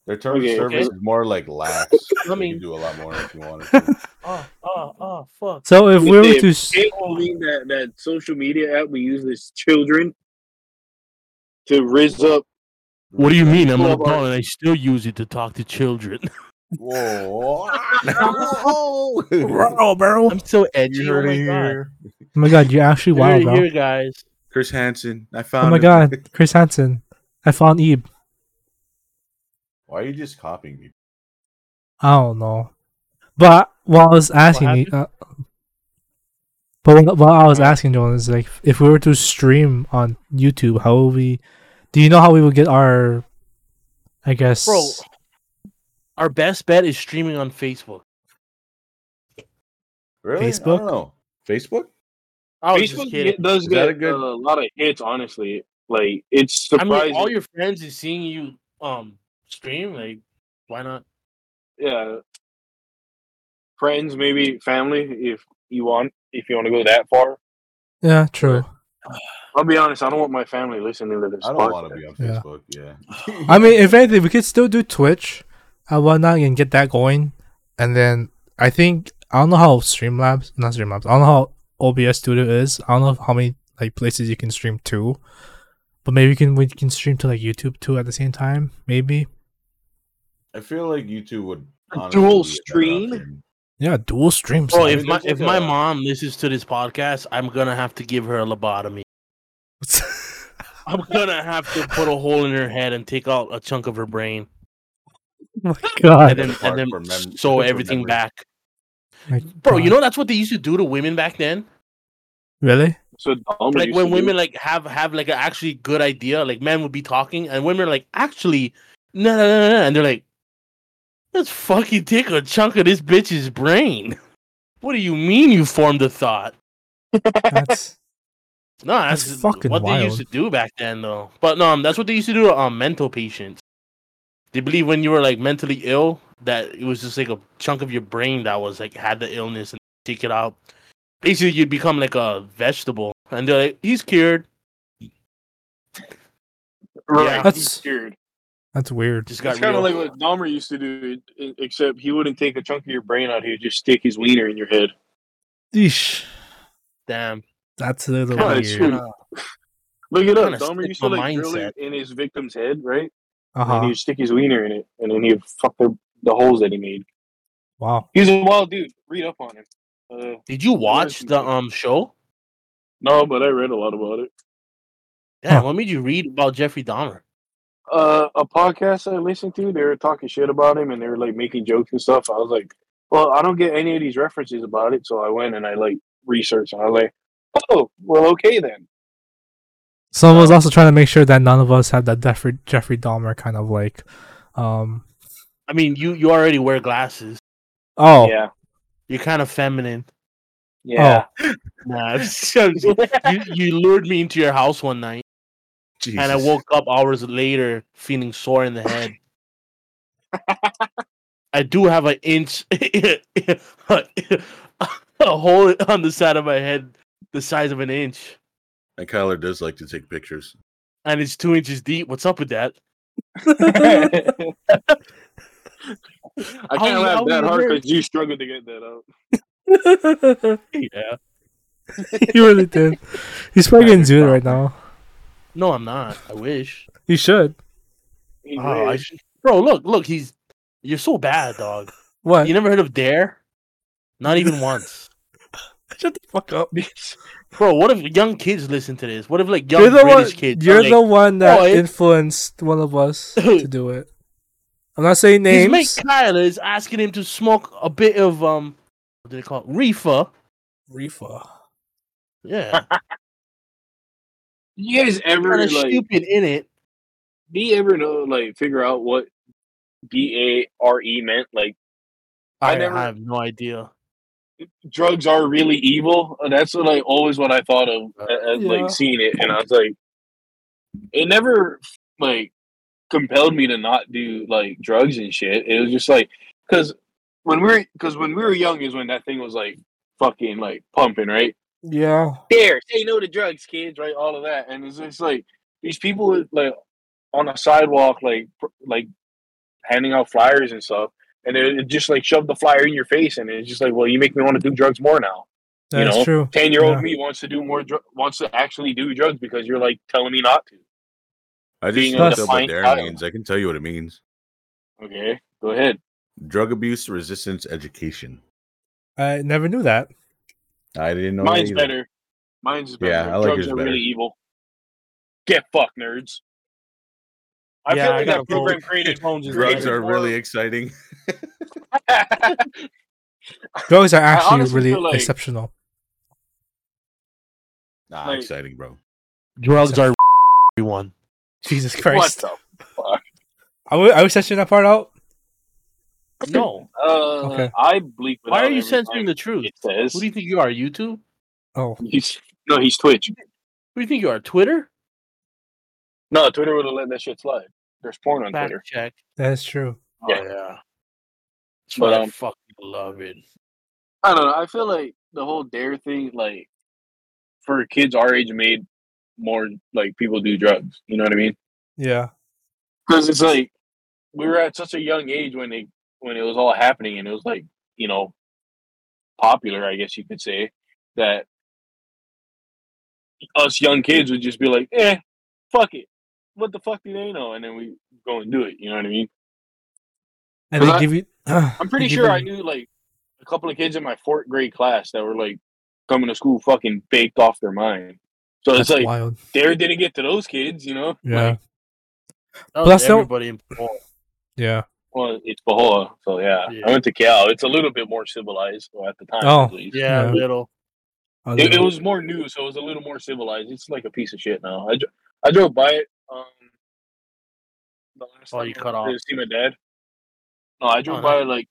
Speaker 4: Their terms
Speaker 2: Okay,
Speaker 4: of service
Speaker 6: okay.
Speaker 4: is more like lax. I mean, you
Speaker 6: mean-
Speaker 4: can do a lot more if you wanted. To.
Speaker 6: Oh, oh, oh, fuck.
Speaker 3: So if we
Speaker 2: We
Speaker 3: were
Speaker 2: did.
Speaker 3: to s-
Speaker 2: Can't you mean that that social media app we use as children to rizz up.
Speaker 6: What do you mean? I'm an
Speaker 2: Well,
Speaker 6: adult and I still use it to talk to children.
Speaker 4: Whoa!
Speaker 3: Bro, bro.
Speaker 6: I'm so edgy.
Speaker 4: you
Speaker 6: Oh
Speaker 4: heard
Speaker 6: my
Speaker 4: it
Speaker 6: god.
Speaker 4: here.
Speaker 3: Oh my god, you're actually
Speaker 6: Wow,
Speaker 3: wild,
Speaker 6: here,
Speaker 3: bro.
Speaker 6: here, guys.
Speaker 4: Chris Hansen, I found.
Speaker 3: Oh my
Speaker 4: him.
Speaker 3: god, Chris Hansen. I found Ebe.
Speaker 4: Why are you just copying me?
Speaker 3: I don't know. But while I was asking, you, uh, but when, while I was asking John, is like if we were to stream on YouTube, how would we? Do you know how we would get our? I guess.
Speaker 6: Bro, our best bet is streaming on Facebook.
Speaker 4: Really? I
Speaker 3: Facebook?
Speaker 4: don't know. Facebook?
Speaker 6: I was
Speaker 2: Facebook
Speaker 6: just kidding.
Speaker 2: get- does
Speaker 4: Is
Speaker 2: get
Speaker 4: that a
Speaker 2: a,
Speaker 4: good-
Speaker 2: lot of hits, honestly. Like it's
Speaker 6: I
Speaker 2: surprising.
Speaker 6: mean, all your friends is seeing you um stream. Like, why not?
Speaker 2: yeah, friends, maybe family, if you want, if you want to go that far.
Speaker 3: yeah, true.
Speaker 2: I'll be honest. I don't want my family listening to this.
Speaker 4: I don't want to be on
Speaker 3: Yeah.
Speaker 4: Facebook. Yeah.
Speaker 3: I mean, if anything, we could still do Twitch and whatnot and get that going, and then I think I don't know how Streamlabs, not Streamlabs, I don't know how OBS Studio is. I don't know how many like places you can stream to, but maybe we can we can stream to like YouTube too at the same time, maybe.
Speaker 4: I feel like YouTube would
Speaker 2: A
Speaker 4: honestly
Speaker 2: dual
Speaker 4: be a better
Speaker 2: stream?
Speaker 4: option.
Speaker 3: Yeah, dual streams.
Speaker 6: Bro,
Speaker 4: I
Speaker 6: if
Speaker 4: mean,
Speaker 6: my
Speaker 4: there's
Speaker 6: if
Speaker 4: like
Speaker 6: my
Speaker 4: a-
Speaker 6: mom listens to this podcast, I'm gonna have to give her a lobotomy. I'm gonna have to put a hole in her head and take out a chunk of her brain,
Speaker 3: my god.
Speaker 6: and then
Speaker 4: Hard
Speaker 6: and then
Speaker 4: for mem-
Speaker 6: sew
Speaker 4: for
Speaker 6: everything
Speaker 4: memory.
Speaker 6: back.
Speaker 3: My
Speaker 6: Bro, you
Speaker 3: God.
Speaker 6: know that's what they used to do to women back then.
Speaker 3: really?
Speaker 2: So dumb.
Speaker 6: Like
Speaker 2: Used
Speaker 6: when
Speaker 2: to do-
Speaker 6: women like have have like an actually good idea, like men would be talking, and women are like, actually, no, no, no, no, and they're like, let's fucking take a chunk of this bitch's brain. What do you mean you formed a thought?
Speaker 3: That's
Speaker 6: No, that's,
Speaker 3: That's fucking
Speaker 6: what they used to
Speaker 3: wild.
Speaker 6: do back then, though. But no, um, that's what they used to do to um, mental patients. They believe when you were like mentally ill that it was just like a chunk of your brain that was like had the illness and take it out. Basically, you'd become like a vegetable, and they're like, "He's cured."
Speaker 2: right?
Speaker 6: Yeah.
Speaker 2: he's
Speaker 3: That's-
Speaker 2: scared.
Speaker 3: that's weird.
Speaker 6: Just got
Speaker 2: It's kind of
Speaker 6: real.
Speaker 2: like what Dahmer used to do, e- except he wouldn't take a chunk of your brain out. He would just stick his wiener in your head.
Speaker 3: Eesh.
Speaker 6: damn.
Speaker 3: That's a little
Speaker 2: Yeah,
Speaker 6: Kinda-
Speaker 2: it's
Speaker 3: weird.
Speaker 2: true. Look it up.
Speaker 6: Kinda
Speaker 2: Dahmer
Speaker 6: stick
Speaker 2: used to
Speaker 6: the
Speaker 2: like drill
Speaker 6: mindset.
Speaker 2: it in his victim's head, right?
Speaker 3: Uh
Speaker 2: And
Speaker 4: Uh-huh.
Speaker 3: huh.
Speaker 2: he'd stick his wiener in it, and then he'd fuck the, the holes that he made.
Speaker 3: Wow.
Speaker 2: He's a wild dude. Read up on him. Uh,
Speaker 6: Did you watch
Speaker 2: Interesting.
Speaker 6: the um show?
Speaker 2: no, but I read a lot about it.
Speaker 6: Yeah.
Speaker 3: Huh.
Speaker 6: What made you read about Jeffrey Dahmer?
Speaker 2: Uh, a podcast I listened to, they were talking shit about him, and they were like making jokes and stuff. I was like, well, I don't get any of these references about it, so I went and I like researched, and I was like, oh, well, okay then.
Speaker 3: Someone was also trying to make sure that none of us have that Jeffrey Jeffrey Dahmer kind of like, um.
Speaker 6: I mean, you you already wear glasses.
Speaker 3: Oh,
Speaker 2: Yeah,
Speaker 6: You're kind of feminine.
Speaker 2: yeah.
Speaker 6: Nah, I'm just- I'm just- you, you lured me into your house one night,
Speaker 4: Jesus.
Speaker 6: and I woke up hours later feeling sore in the head. I do have an inch, a hole on the side of my head, the size of an inch,
Speaker 4: And Kyler does like to take pictures.
Speaker 6: and it's two inches deep. What's up with that? Oh.
Speaker 2: I
Speaker 6: How
Speaker 2: can't
Speaker 6: we- how
Speaker 2: laugh
Speaker 6: we
Speaker 2: that hard
Speaker 6: were-
Speaker 2: because you struggled to get that out.
Speaker 6: Yeah.
Speaker 3: you really did. He's probably gonna do it right now.
Speaker 6: No, I'm not. I wish.
Speaker 3: He should.
Speaker 2: He
Speaker 6: Oh, I
Speaker 2: wish.
Speaker 6: should- Bro, look, look. He's you're so bad, dog.
Speaker 3: What?
Speaker 6: You never heard of Dare? Not even once.
Speaker 3: Shut the fuck up.
Speaker 6: Bro, what if young kids listen to this? What if like young
Speaker 3: You're the
Speaker 6: British
Speaker 3: one.
Speaker 6: kids? are
Speaker 3: you're
Speaker 6: like,
Speaker 3: the one that
Speaker 6: "Oh, it-
Speaker 3: influenced one of us to do it. I'm not saying
Speaker 6: His
Speaker 3: names.
Speaker 6: mate Kyler is asking him to smoke a bit of um, what do they call it? Reefer.
Speaker 3: Reefa.
Speaker 6: Yeah,
Speaker 2: You guys ever
Speaker 6: kind
Speaker 2: like
Speaker 6: of stupid in it.
Speaker 2: do you ever know like figure out what B A R E meant? Like I
Speaker 6: I,
Speaker 2: never-
Speaker 6: have no idea.
Speaker 2: drugs are really evil. Uh, That's what I always what I thought of uh, as
Speaker 3: Yeah.
Speaker 2: like seeing it, and I was like, it never like compelled me to not do like drugs and shit. It was just like because when we were because when we were young is when that thing was like fucking like pumping right.
Speaker 3: Yeah.
Speaker 2: There, say no to drugs, kids, right? All of that, and it's just like these people with, like on the sidewalk, like pr- like handing out flyers and stuff, and it, it just like shoved the flyer in your face, and it's just like, well, you make me want to do drugs more now. You
Speaker 3: That's
Speaker 2: know,
Speaker 3: true.
Speaker 2: Ten year old
Speaker 3: Yeah.
Speaker 2: me wants to do more, dr- wants to actually do drugs because you're like telling me not to.
Speaker 4: I just
Speaker 2: Being
Speaker 3: a
Speaker 4: looked up what
Speaker 2: defiant
Speaker 4: dare
Speaker 2: child.
Speaker 4: means. I can tell you what it means.
Speaker 2: Okay, go ahead.
Speaker 4: Drug abuse resistance education.
Speaker 3: I never knew that.
Speaker 4: I didn't know. that
Speaker 2: Mine's
Speaker 4: either.
Speaker 2: better. Mine's better.
Speaker 4: Yeah, I like
Speaker 2: drugs
Speaker 4: yours
Speaker 2: are
Speaker 4: better.
Speaker 2: really evil. Get fucked, nerds. I
Speaker 6: Yeah,
Speaker 2: feel
Speaker 6: I
Speaker 2: like
Speaker 6: gotta
Speaker 2: that program created
Speaker 4: Drugs
Speaker 2: created
Speaker 4: are
Speaker 2: more-
Speaker 4: really exciting.
Speaker 3: Drugs are actually
Speaker 2: honestly
Speaker 3: really
Speaker 2: feel like-
Speaker 3: exceptional.
Speaker 4: Nah,
Speaker 2: Like-
Speaker 4: exciting, bro.
Speaker 6: Drugs are everyone.
Speaker 3: Jesus Christ.
Speaker 2: What
Speaker 3: I w- I was censoring that part out.
Speaker 6: No,
Speaker 2: the? Uh,
Speaker 3: Okay.
Speaker 2: I bleep. it
Speaker 6: why
Speaker 2: out
Speaker 6: are you
Speaker 2: every
Speaker 6: censoring the
Speaker 2: time
Speaker 6: truth?
Speaker 2: It says.
Speaker 6: Who do you think you are? YouTube?
Speaker 3: Oh.
Speaker 2: He's no, he's Twitch.
Speaker 6: Who do you think you are? Twitter?
Speaker 2: No, Twitter would have let that shit slide. There's porn on
Speaker 6: Fact
Speaker 2: Twitter.
Speaker 6: check.
Speaker 3: That's true.
Speaker 2: Yeah.
Speaker 6: Oh yeah. That's
Speaker 2: But,
Speaker 6: why I
Speaker 2: um,
Speaker 6: fucking love it.
Speaker 2: I don't know. I feel like the whole dare thing, like for kids our age, made more like people do drugs. You know what I mean?
Speaker 3: Yeah.
Speaker 2: Because it's like we were at such a young age when they when it was all happening, and it was like you know popular, I guess you could say that us young kids would just be like, eh, fuck it. What the fuck do they know? And then we go and do it. You know what I mean?
Speaker 3: And they
Speaker 2: I-
Speaker 3: give you.
Speaker 2: I'm pretty sure I knew like a couple of kids in my fourth grade class that were like coming to school fucking baked off their mind. So
Speaker 3: That's
Speaker 2: it's like
Speaker 3: wild.
Speaker 2: Dare didn't get to those kids, you know.
Speaker 3: Yeah,
Speaker 6: Like, that
Speaker 3: But
Speaker 6: was
Speaker 3: that's not-
Speaker 6: everybody in Paul.
Speaker 3: yeah.
Speaker 2: Well, it's Bahoa, so yeah.
Speaker 6: Yeah.
Speaker 2: I went to Cal. It's a little bit more civilized well, at the time.
Speaker 3: Oh.
Speaker 2: at least.
Speaker 6: Yeah,
Speaker 3: Yeah.
Speaker 6: little.
Speaker 3: I
Speaker 2: It,
Speaker 3: don't
Speaker 2: it
Speaker 3: know.
Speaker 2: was more new, so it was a little more civilized. It's like a piece of shit now. I, dro- I drove by it. Um, the last
Speaker 6: Oh,
Speaker 2: time
Speaker 6: you
Speaker 2: I
Speaker 6: cut
Speaker 2: went
Speaker 6: off.
Speaker 2: To see my dad. No, I drove
Speaker 6: Oh,
Speaker 2: by
Speaker 6: nice.
Speaker 2: like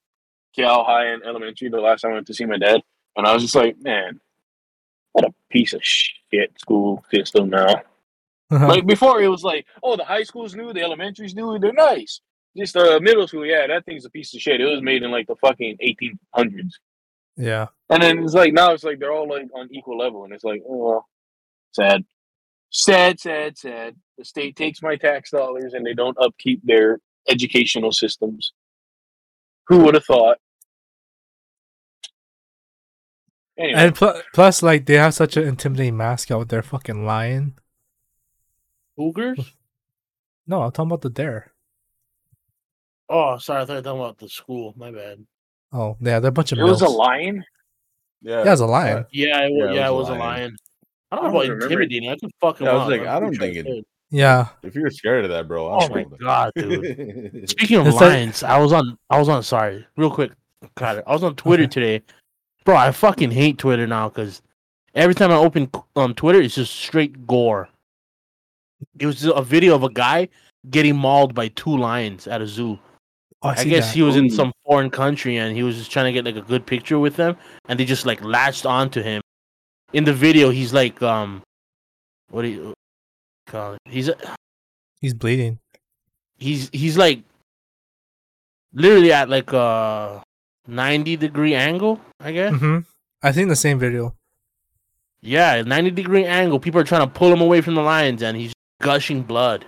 Speaker 2: Cal High and Elementary the last time I went to see my dad, and I was just like, man, what a piece of shit school system now.
Speaker 3: Uh-huh.
Speaker 2: Like before, it was like, oh, the high school's new, the elementary's new, they're nice. Just uh, middle school, yeah, that thing's a piece of shit. It was made in like the fucking 1800s.
Speaker 3: yeah.
Speaker 2: And then it's like now it's like they're all like on equal level, and it's like, oh, well, sad, sad, sad, sad. The state takes my tax dollars, and they don't upkeep their educational systems. Who would have thought? Anyway,
Speaker 3: And pl- plus, like they have such an intimidating mascot with their fucking lion.
Speaker 6: Cougars?
Speaker 3: No, I'm talking about the dare.
Speaker 6: Oh, sorry. I thought you were talking about the school. My bad.
Speaker 3: Oh, yeah, they're a bunch of.
Speaker 2: it was a
Speaker 3: milfs.
Speaker 2: lion.
Speaker 4: Yeah,
Speaker 3: Yeah, it was a lion.
Speaker 6: Yeah, it
Speaker 4: Yeah,
Speaker 6: was, yeah, it was a lion. I don't know about
Speaker 2: I don't remember.
Speaker 6: intimidating. I could fuck him
Speaker 4: Yeah, I was
Speaker 6: up.
Speaker 4: like,
Speaker 6: I'm
Speaker 4: I don't think
Speaker 6: pretty sure
Speaker 4: it-
Speaker 6: I could.
Speaker 3: Yeah,
Speaker 4: If you're scared of that, bro, I
Speaker 6: Oh
Speaker 4: don't
Speaker 6: my
Speaker 4: know.
Speaker 6: god, dude. Speaking of
Speaker 3: It's like-
Speaker 6: lions, I was on. I was on. Sorry, real quick. God, I was on Twitter
Speaker 3: Okay.
Speaker 6: today, bro. I fucking hate Twitter now because every time I open um Twitter, it's just straight gore. It was a video of a guy getting mauled by two lions at a zoo.
Speaker 3: oh, I,
Speaker 6: I,
Speaker 3: see
Speaker 6: guess
Speaker 3: that.
Speaker 6: he was in
Speaker 2: Ooh.
Speaker 6: some foreign country and he was just trying to get like a good picture with them, and they just like latched onto him. In the video, he's like, um, what do you call it? He's
Speaker 3: he's bleeding.
Speaker 6: he's he's like literally at like a 90 degree angle i guess
Speaker 3: hmm I think the same video.
Speaker 6: yeah 90 degree angle people are trying to pull him away from the lions and he's gushing blood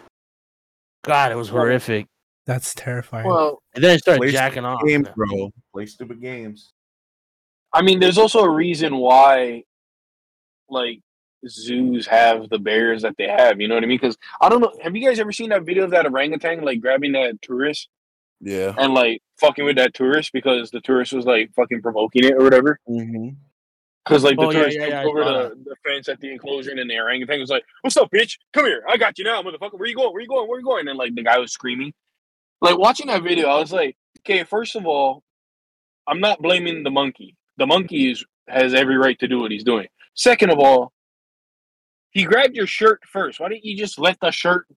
Speaker 6: god it was horrific
Speaker 3: That's terrifying.
Speaker 2: Well,
Speaker 6: and then i started
Speaker 4: Place
Speaker 6: jacking off
Speaker 4: games, bro. Play stupid games.
Speaker 2: I mean, there's also a reason why, like, zoos have the barriers that they have. You know what I mean? Because I don't know. Have you guys ever seen that video of that orangutan like grabbing that tourist?
Speaker 4: Yeah.
Speaker 2: and like fucking with that tourist because the tourist was like fucking provoking it or whatever. Because like the
Speaker 6: Oh, yeah,
Speaker 2: tourist
Speaker 6: yeah,
Speaker 2: jumped
Speaker 6: yeah, I
Speaker 2: over
Speaker 6: saw
Speaker 2: the, the fence at the enclosure and then the orangutan was like, "What's up, bitch? Come here! I got you now, motherfucker. Where you going? Where you going? Where you going?" And like the guy was screaming. Like watching that video, I was like, "Okay, first of all, I'm not blaming the monkey. The monkey is has every right to do what he's doing. Second of all." He grabbed your shirt first. Why didn't you just let the shirt,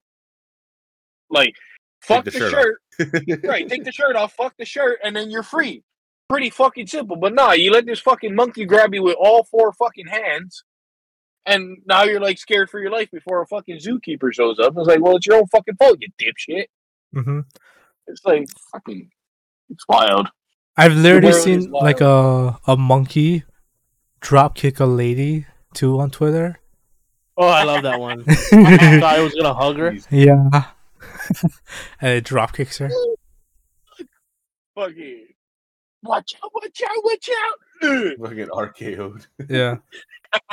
Speaker 2: like, fuck
Speaker 4: the
Speaker 2: the,
Speaker 4: shirt off.
Speaker 2: shirt right, take the shirt off, fuck the shirt, and then you're free. Pretty fucking simple. But nah, you let this fucking monkey grab you with all four fucking hands, and now you're like scared for your life before a fucking zookeeper shows up. It's like, well, it's your own fucking fault, you dipshit.
Speaker 3: hmm
Speaker 2: It's like fucking, it's wild.
Speaker 3: I've literally
Speaker 2: world is
Speaker 3: seen like a a monkey drop kick a lady too on Twitter.
Speaker 6: oh i love that one i thought i was gonna hug her
Speaker 3: yeah, and it drop kicks her.
Speaker 2: Fucking, watch out, watch out, watch out. Ugh.
Speaker 4: Fucking RKO'd.
Speaker 3: Yeah,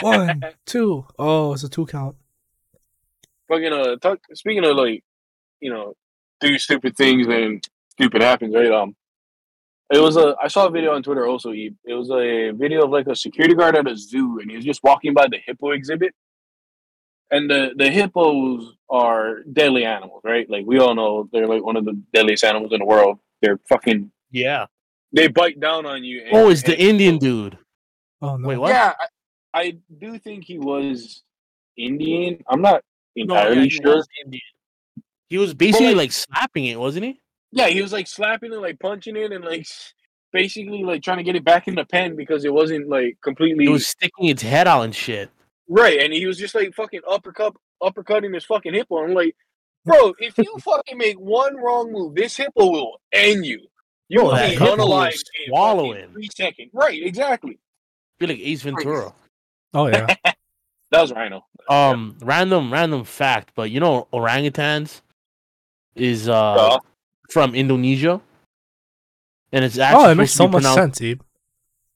Speaker 3: one, two. Oh, it's a two count.
Speaker 2: fucking uh talk, speaking of like you know do stupid things and stupid happens right um it was a i saw a video on twitter also Eve. it was a video of like a security guard at a zoo and he was just walking by the hippo exhibit and the the hippos are deadly animals right like we all know they're like one of the deadliest animals in the world they're fucking
Speaker 6: yeah
Speaker 2: they bite down on you and,
Speaker 6: oh it's the
Speaker 2: and-
Speaker 6: indian dude
Speaker 3: Oh no.
Speaker 6: wait what
Speaker 2: yeah I, I do think he was indian i'm not
Speaker 6: no, yeah,
Speaker 2: entirely
Speaker 6: he
Speaker 2: sure
Speaker 6: was indian he was basically
Speaker 2: like-
Speaker 6: like slapping it wasn't he
Speaker 2: Yeah, he was like slapping it, like punching it, and like basically like trying to get it back in the pen because it wasn't like completely
Speaker 6: it was sticking its head out and shit
Speaker 2: right. And he was just like fucking uppercut, uppercutting his fucking hippo. I'm like, bro, if you fucking make one wrong move, this hippo will end you. You
Speaker 6: Bro,
Speaker 2: will
Speaker 6: Oh, that
Speaker 2: be
Speaker 6: hippo will
Speaker 2: unalive.
Speaker 6: swallow
Speaker 2: in
Speaker 6: him.
Speaker 2: fucking three seconds. Right, exactly.
Speaker 6: feel like ace ventura
Speaker 3: Oh yeah.
Speaker 2: That was Rhino.
Speaker 6: Um, random, random fact, but you know, orangutans is uh,
Speaker 2: Uh,
Speaker 6: from Indonesia, and it's actually
Speaker 3: Oh, it makes so much
Speaker 6: pronounced,
Speaker 3: sense, Eve.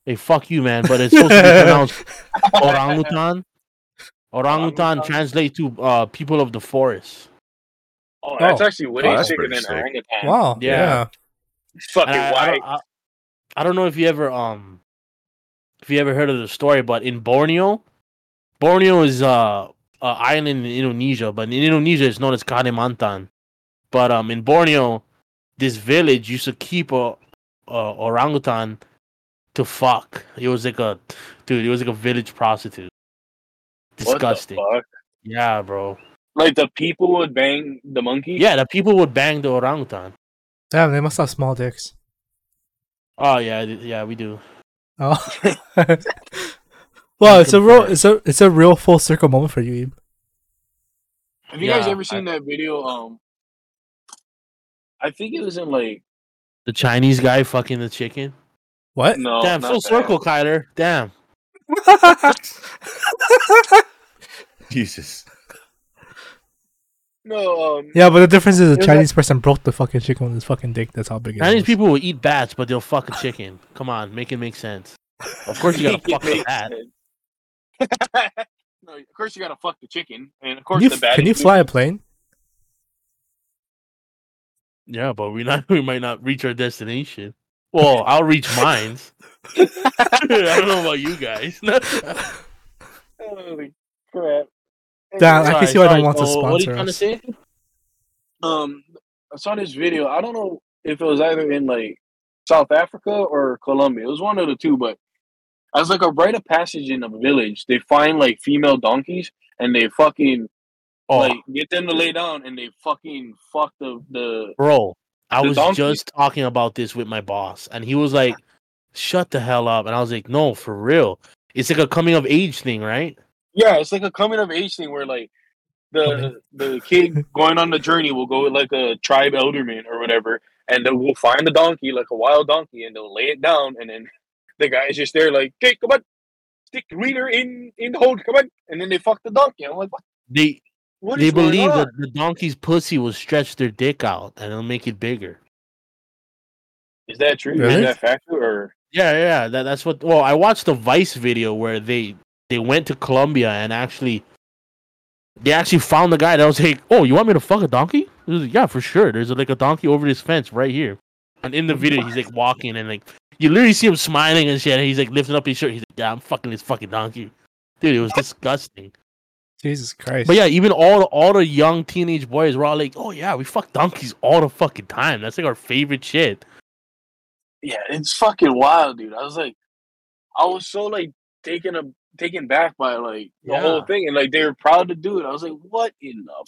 Speaker 6: Hey, fuck you, man! But it's supposed to be pronounced orangutan. Orangutan
Speaker 2: Orangutan.
Speaker 6: translates to uh, people of the forest.
Speaker 2: oh, that's
Speaker 3: oh.
Speaker 2: actually way
Speaker 4: Oh, that's
Speaker 2: sicker
Speaker 4: pretty
Speaker 2: than
Speaker 4: sick.
Speaker 2: orangutan.
Speaker 3: Wow.
Speaker 6: Yeah.
Speaker 3: Yeah.
Speaker 2: Fucking
Speaker 6: And I, I,
Speaker 2: white.
Speaker 6: don't, I, I don't know if you ever um, if you ever heard of the story, but in Borneo, Borneo is uh uh, island in Indonesia, but in Indonesia it's known as Kalimantan. But um, in Borneo, this village used to keep a, a orangutan to fuck. It was like a dude. It was like a village prostitute. Disgusting.
Speaker 2: What the fuck?
Speaker 6: Yeah, bro.
Speaker 2: Like the people would bang the monkey.
Speaker 6: Yeah, the people would bang the orangutan.
Speaker 3: Damn, they must have small dicks.
Speaker 6: Oh yeah, th- yeah, we do.
Speaker 3: Oh. well, it's a real, it's a, it's a real full circle moment for you. Ibe.
Speaker 2: Have you guys
Speaker 6: Yeah,
Speaker 2: ever seen that video? Um, I think it was in like
Speaker 6: The Chinese guy fucking the chicken.
Speaker 3: What?
Speaker 2: no
Speaker 6: Uh, Damn,
Speaker 2: Oh, not
Speaker 6: full
Speaker 2: that.
Speaker 6: circle, Kyler. Damn.
Speaker 4: Jesus.
Speaker 2: No, um,
Speaker 3: yeah, but the difference is a
Speaker 2: Is that-
Speaker 3: Chinese person broke the fucking chicken with his fucking dick. That's how big it is.
Speaker 6: Chinese people will eat bats, but they'll fuck a chicken. Come on, make it make sense. Of course you gotta fuck the bat.
Speaker 2: no, of course you gotta fuck the chicken, and of
Speaker 3: Can
Speaker 2: course
Speaker 3: you,
Speaker 2: the bat.
Speaker 3: can you
Speaker 2: is-
Speaker 3: fly a plane?
Speaker 6: Yeah, but we not we might not reach our destination. Well, I'll reach mine. I don't know about you guys.
Speaker 2: Holy crap!
Speaker 3: Damn, I
Speaker 6: Sorry,
Speaker 3: can see why they
Speaker 6: sorry,
Speaker 3: want to
Speaker 6: Cole, What are you
Speaker 3: sponsor
Speaker 6: trying to
Speaker 3: us.
Speaker 6: say?
Speaker 2: um, I saw this video. I don't know if it was either in like South Africa or Colombia. It was one of the two, but as like a rite of passage in a village, they find like female donkeys and they fucking
Speaker 6: Oh,
Speaker 2: like get them to lay down and they fucking fuck the the.
Speaker 6: bro, I
Speaker 2: The
Speaker 6: was
Speaker 2: donkey-
Speaker 6: just talking about this with my boss, and he was like, "Shut the hell up!" And I was like, "No, for real." It's like a coming of age thing, right?
Speaker 2: Yeah, it's like a coming of age thing where like the the kid going on the journey will go with like a tribe elderman or whatever, and they will find the donkey like a wild donkey and they'll lay it down, and then the guy is just there like, "Okay, come on, stick reader in in the hole, come on," and then they fuck the donkey. I'm like, what?
Speaker 6: They
Speaker 2: what
Speaker 6: they
Speaker 2: is going
Speaker 6: believe
Speaker 2: on?
Speaker 6: that the donkey's pussy will stretch their dick out and it'll make it bigger.
Speaker 2: Is that true?
Speaker 3: Really?
Speaker 2: Is that factual or?
Speaker 6: Yeah, yeah, yeah, that, that's what. Well, I watched the Vice video where they they went to Colombia and actually they actually found the guy that was like, "Oh, you want me to fuck a donkey?" He was like, yeah, for sure. There's like a donkey over this fence right here, and in the video he's like walking and like you literally see him smiling and shit. And he's like lifting up his shirt. He's like, "Yeah, I'm fucking this fucking donkey." Dude, it was disgusting.
Speaker 3: Jesus Christ.
Speaker 6: But yeah, even all all the young teenage boys were all like, "Oh yeah, we fuck donkeys all the fucking time. That's like our favorite shit."
Speaker 2: yeah, it's fucking wild, dude. I was like, I was so like taken a taken back by like the whole
Speaker 6: Yeah.
Speaker 2: thing, and like they were proud to do it. I was like, what in the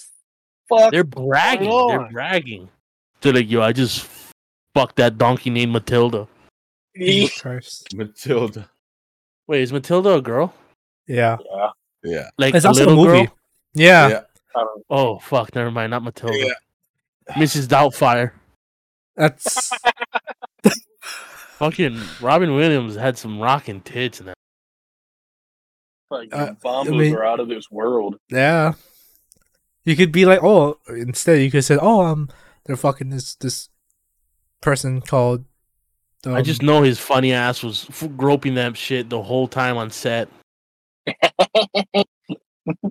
Speaker 2: fuck?
Speaker 6: They're bragging. They're
Speaker 2: on?
Speaker 6: bragging. They're like, yo, I just fucked that donkey named Matilda.
Speaker 2: yeah,
Speaker 3: Jesus Christ.
Speaker 4: Matilda.
Speaker 6: Wait, is Matilda a girl?
Speaker 3: Yeah.
Speaker 4: Yeah.
Speaker 6: Like
Speaker 3: It's
Speaker 6: a
Speaker 3: also a
Speaker 6: little
Speaker 3: movie.
Speaker 6: girl?
Speaker 3: Yeah.
Speaker 4: Yeah.
Speaker 2: I don't,
Speaker 6: Oh fuck, never mind. Not Matilda.
Speaker 4: Yeah.
Speaker 6: Mrs. Doubtfire.
Speaker 3: That's
Speaker 6: Fucking Robin Williams had some rocking tits in that.
Speaker 2: like
Speaker 3: Uh,
Speaker 2: bombos
Speaker 3: I mean-
Speaker 2: are out of this world.
Speaker 3: yeah. You could be like, oh, instead you could say, oh, um, they're fucking this this person called. Um,
Speaker 6: I just know his funny ass was f- groping that shit the whole time on set.
Speaker 3: probably.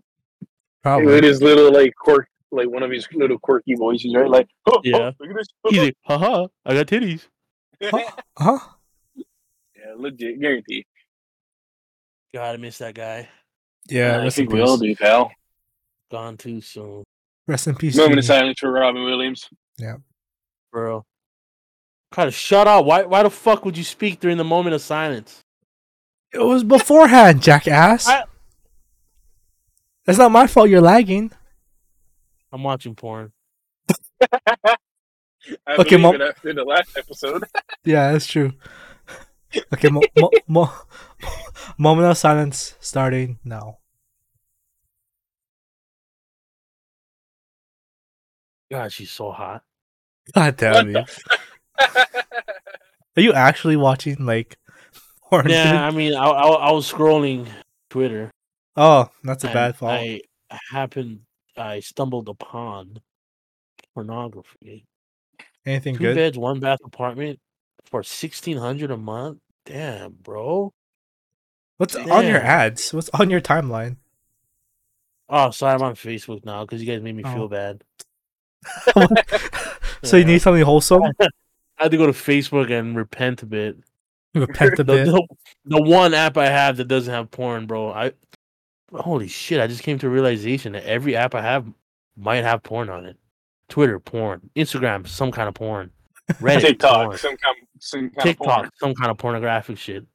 Speaker 3: Oh,
Speaker 2: With his little like quirk, like one of his little quirky voices, right? Like, oh,
Speaker 6: Yeah.
Speaker 2: yeah, look at this.
Speaker 6: He's like, haha, I got titties.
Speaker 3: Huh?
Speaker 2: yeah, legit, guarantee.
Speaker 6: God, I miss that guy.
Speaker 3: Yeah.
Speaker 2: I
Speaker 3: Rest in
Speaker 2: think we all
Speaker 3: peace.
Speaker 2: do, pal.
Speaker 6: Gone too soon,
Speaker 3: Rest in peace.
Speaker 2: Moment of
Speaker 3: Jimmy.
Speaker 2: silence for Robin Williams.
Speaker 6: bro. Kind of shut up. Why? Why the fuck would you speak during the moment of silence?
Speaker 3: It was beforehand, jackass.
Speaker 6: I-
Speaker 3: That's not my fault. You're lagging.
Speaker 6: I'm watching porn.
Speaker 2: I
Speaker 3: Okay,
Speaker 2: believe
Speaker 3: Mom.
Speaker 2: it after the last episode.
Speaker 3: Yeah, that's true. Okay. Mo- mo- mo- moment of silence starting now.
Speaker 6: God, she's so hot.
Speaker 3: God damn you. Are you actually watching like porn? dude?
Speaker 6: Yeah, I mean, I, I, I was scrolling Twitter.
Speaker 3: Oh, that's a
Speaker 6: and
Speaker 3: bad fall.
Speaker 6: I happened, I stumbled upon pornography.
Speaker 3: Anything
Speaker 6: Two
Speaker 3: good?
Speaker 6: beds, one bath apartment for sixteen hundred a month. Damn, bro.
Speaker 3: What's on your
Speaker 6: Damn.
Speaker 3: ads? What's on your timeline?
Speaker 6: Oh, sorry, I'm on Facebook now because you guys made me
Speaker 3: Oh.
Speaker 6: feel bad.
Speaker 3: so you need something wholesome?
Speaker 6: I had to go to Facebook and repent a bit.
Speaker 3: Repent a
Speaker 6: The,
Speaker 3: bit.
Speaker 6: the, the one app I have that doesn't have porn, bro. I holy shit, I just came to a realization that every app I have might have porn on it. Twitter, porn. Instagram, some kind of porn. Reddit,
Speaker 2: TikTok,
Speaker 6: porn.
Speaker 2: some kind, some kind
Speaker 6: TikTok,
Speaker 2: of porn.
Speaker 6: some kind of pornographic shit.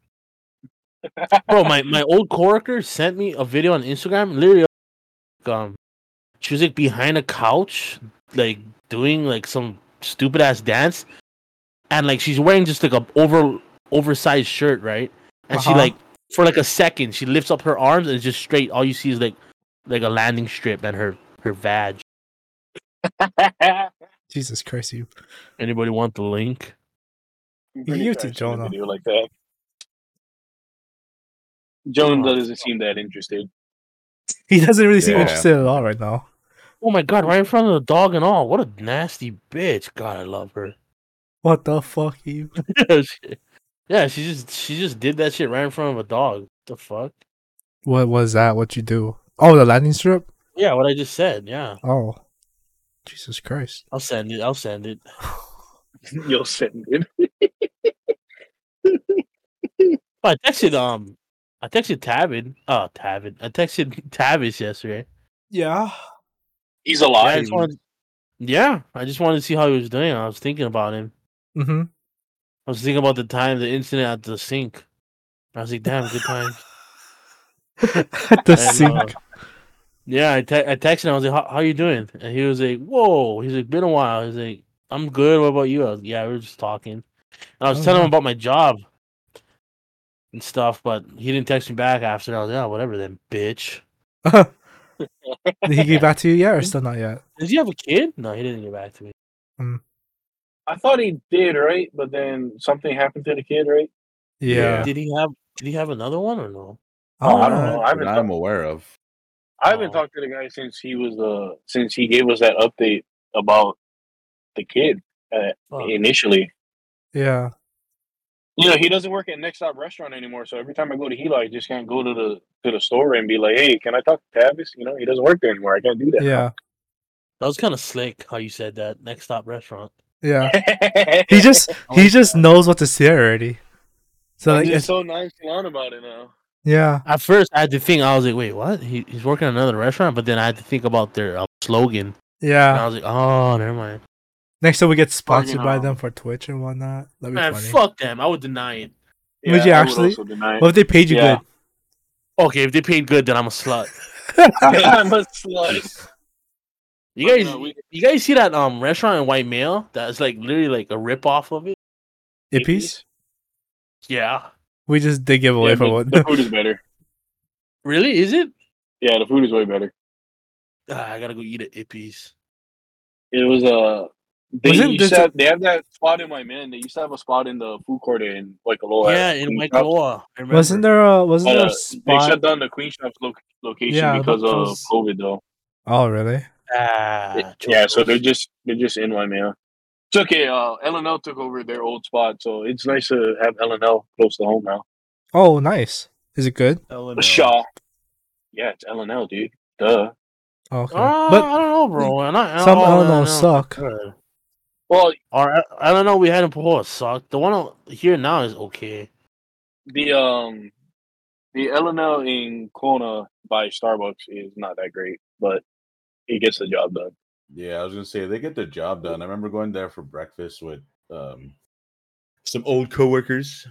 Speaker 6: Bro, my, my old coworker sent me a video on Instagram. Literally, um, she was like behind a couch, like doing like some stupid ass dance, and like she's wearing just like a over oversized shirt, right? And she
Speaker 3: Uh-huh.
Speaker 6: like for like a second, she lifts up her arms and it's just straight. All you see is like like a landing strip and her her vag.
Speaker 3: Jesus Christ, you.
Speaker 6: Anybody want the link?
Speaker 2: I'm pretty
Speaker 3: You too,
Speaker 2: sure I've seen a
Speaker 3: Jonah.
Speaker 2: Video like that. Jonah
Speaker 6: Jonah.
Speaker 2: doesn't seem that interested.
Speaker 3: He doesn't really seem
Speaker 4: Yeah.
Speaker 3: interested at all right now.
Speaker 6: Oh my god, right in front of the dog and all. What a nasty bitch. God, I love her.
Speaker 3: What the fuck, you?
Speaker 6: She- yeah, she just she just did that shit right in front of a dog. the fuck?
Speaker 3: What was that? What you do? Oh, the landing strip.
Speaker 6: Yeah, what I just said. Yeah,
Speaker 3: Oh, Jesus Christ.
Speaker 6: I'll send it. I'll send it.
Speaker 2: You'll send it.
Speaker 6: But I texted um, I texted Tavin. Oh, Tavin. I texted Tavis yesterday.
Speaker 3: Yeah.
Speaker 2: He's
Speaker 6: Yeah, I
Speaker 2: alive.
Speaker 6: just wanted. Yeah, I just wanted to see how he was doing. I was thinking about him.
Speaker 3: Mm-hmm.
Speaker 6: I was thinking about the time, the incident at the sink. I was like, damn, good time.
Speaker 3: At the
Speaker 6: And, uh,
Speaker 3: sink.
Speaker 6: Yeah, I, te- I texted him. I was like, "How how you doing?" And he was like, "Whoa!" He's like, "Been a while." He's like, "I'm good. What about you?" I was, yeah, we were just talking. And I was
Speaker 3: Oh,
Speaker 6: telling
Speaker 3: wow.
Speaker 6: him about my job and stuff, but he didn't text me back after. I was like, "Oh, whatever then, bitch."
Speaker 3: Did he get back to you yet, or still not yet?
Speaker 6: Does he have a kid? No, he didn't get back to me.
Speaker 2: I thought he did, right? But then something happened to the kid, right?
Speaker 3: Yeah.
Speaker 6: Did he have? Did he have another one or no?
Speaker 3: Oh,
Speaker 2: I don't know. I haven't
Speaker 4: that I'm aware of.
Speaker 2: I haven't
Speaker 6: Oh.
Speaker 2: talked to the guy since he was uh since he gave us that update about the kid
Speaker 6: Fuck.
Speaker 2: initially.
Speaker 3: Yeah.
Speaker 2: You know, he doesn't work at Next Stop Restaurant anymore, so every time I go to Hilo, I just can't go to the to the store and be like, "Hey, can I talk to Tavis?" You know, he doesn't work there anymore. I can't do that.
Speaker 3: Yeah.
Speaker 6: That was kind of slick how you said that. Next stop restaurant.
Speaker 3: Yeah. He just he just knows what to say already. So
Speaker 2: I'm
Speaker 3: like,
Speaker 2: just
Speaker 3: it's,
Speaker 2: so nonchalant about it now.
Speaker 3: yeah.
Speaker 6: At first, I had to think. I was like, "Wait, what?" He, he's working at another restaurant, but then I had to think about their uh, slogan, and
Speaker 3: Yeah.
Speaker 6: I was like, "Oh, never mind."
Speaker 3: Next time we get sponsored by
Speaker 6: know.
Speaker 3: them for Twitch and whatnot. That'd be
Speaker 6: Man,
Speaker 3: funny.
Speaker 6: fuck them. I would deny it.
Speaker 3: Would you
Speaker 2: I
Speaker 3: actually-
Speaker 2: also deny it.
Speaker 3: What if they paid you
Speaker 2: Yeah.
Speaker 6: Okay, if they paid good, then I'm a slut.
Speaker 2: I'm a slut.
Speaker 6: You guys,
Speaker 2: No, we-
Speaker 6: you guys see that um restaurant in White Male that's like literally like a rip off of it?
Speaker 3: good? Ippies?
Speaker 6: Yeah.
Speaker 3: We just did give away
Speaker 2: Yeah,
Speaker 3: for
Speaker 2: but
Speaker 3: what?
Speaker 2: the food is better.
Speaker 6: Really? Is it?
Speaker 2: Yeah, the food is way better.
Speaker 6: Ah, I gotta go eat at Ippies.
Speaker 2: It was uh, they
Speaker 3: Wasn't
Speaker 2: used to
Speaker 3: this-
Speaker 2: have, they have that spot in my man. They used to have a spot in the food court in Waikoloa.
Speaker 6: yeah, in
Speaker 2: uh, Queen Shop.
Speaker 6: Waikoloa. I remember.
Speaker 3: Wasn't there a
Speaker 2: But,
Speaker 3: wasn't
Speaker 2: uh,
Speaker 3: there a
Speaker 2: they
Speaker 3: spot?
Speaker 2: shut down the Queen Shop's lo- location
Speaker 3: Yeah,
Speaker 2: because
Speaker 3: that
Speaker 2: of
Speaker 3: was-
Speaker 2: COVID, though.
Speaker 3: Oh really?
Speaker 6: Ah,
Speaker 2: yeah, so
Speaker 6: Chocos.
Speaker 2: they're just they're just in my man. It's okay. Uh, LNL took over their old spot, so it's nice to have LNL close to home now.
Speaker 3: Oh nice. Is it good?
Speaker 6: Hell no.
Speaker 2: The Shaw. Yeah, it's LNL, dude. Duh.
Speaker 3: Oh, okay.
Speaker 6: Ah, I don't know, bro. I don't,
Speaker 3: but
Speaker 6: I don't
Speaker 3: some
Speaker 6: know, I
Speaker 3: oh
Speaker 6: don't
Speaker 3: no
Speaker 6: know.
Speaker 3: suck.
Speaker 6: Uh,
Speaker 2: Well,
Speaker 6: Or I, I don't know. We had in Pahor sucked. The one out here now is okay.
Speaker 2: the um the LNL in Kona by Starbucks is not that great, but it gets the job done.
Speaker 4: Yeah, I was gonna say they get their job done. I remember going there for breakfast with um some old coworkers.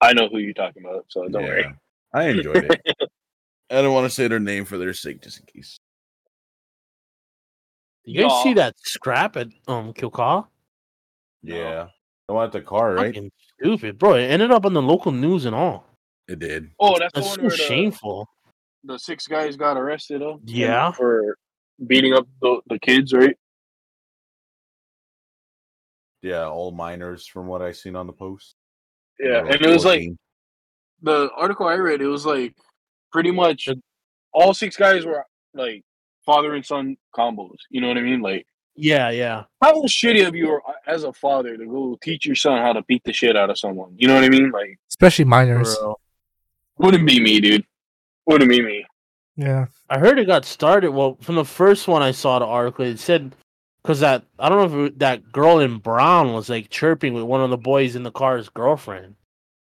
Speaker 2: I know who you're talking about, so Oh, don't
Speaker 4: Yeah,
Speaker 2: worry.
Speaker 4: I enjoyed it. I don't want to say their name for their sake, just in case.
Speaker 6: You guys
Speaker 2: Y'all.
Speaker 6: see that scrap at um Kilcall?
Speaker 2: No.
Speaker 4: Yeah, I wanted the car, right?
Speaker 6: Fucking stupid, bro. It ended up on the local news and all.
Speaker 4: It did.
Speaker 2: Oh, that's,
Speaker 6: That's
Speaker 2: the one
Speaker 6: so
Speaker 2: where the,
Speaker 6: shameful.
Speaker 2: the six guys got arrested, though.
Speaker 6: Yeah.
Speaker 2: for beating up the, the kids, right?
Speaker 4: Yeah, all minors from what I seen on the post. They
Speaker 2: Yeah,
Speaker 4: were
Speaker 2: and it was like
Speaker 4: 14.
Speaker 2: the article I read. It was like pretty much all six guys were like father and son combos. You know what I mean? Like,
Speaker 6: Yeah, yeah.
Speaker 2: how shitty of you are as a father to go teach your son how to beat the shit out of someone? You know what I mean? Like,
Speaker 3: Especially minors.
Speaker 6: Bro.
Speaker 2: wouldn't be me, dude. Wouldn't be me.
Speaker 3: Yeah.
Speaker 6: I heard it got started. Well, from the first one I saw the article, it said because that I don't know if it, that girl in brown was like chirping with one of the boys in the car's girlfriend.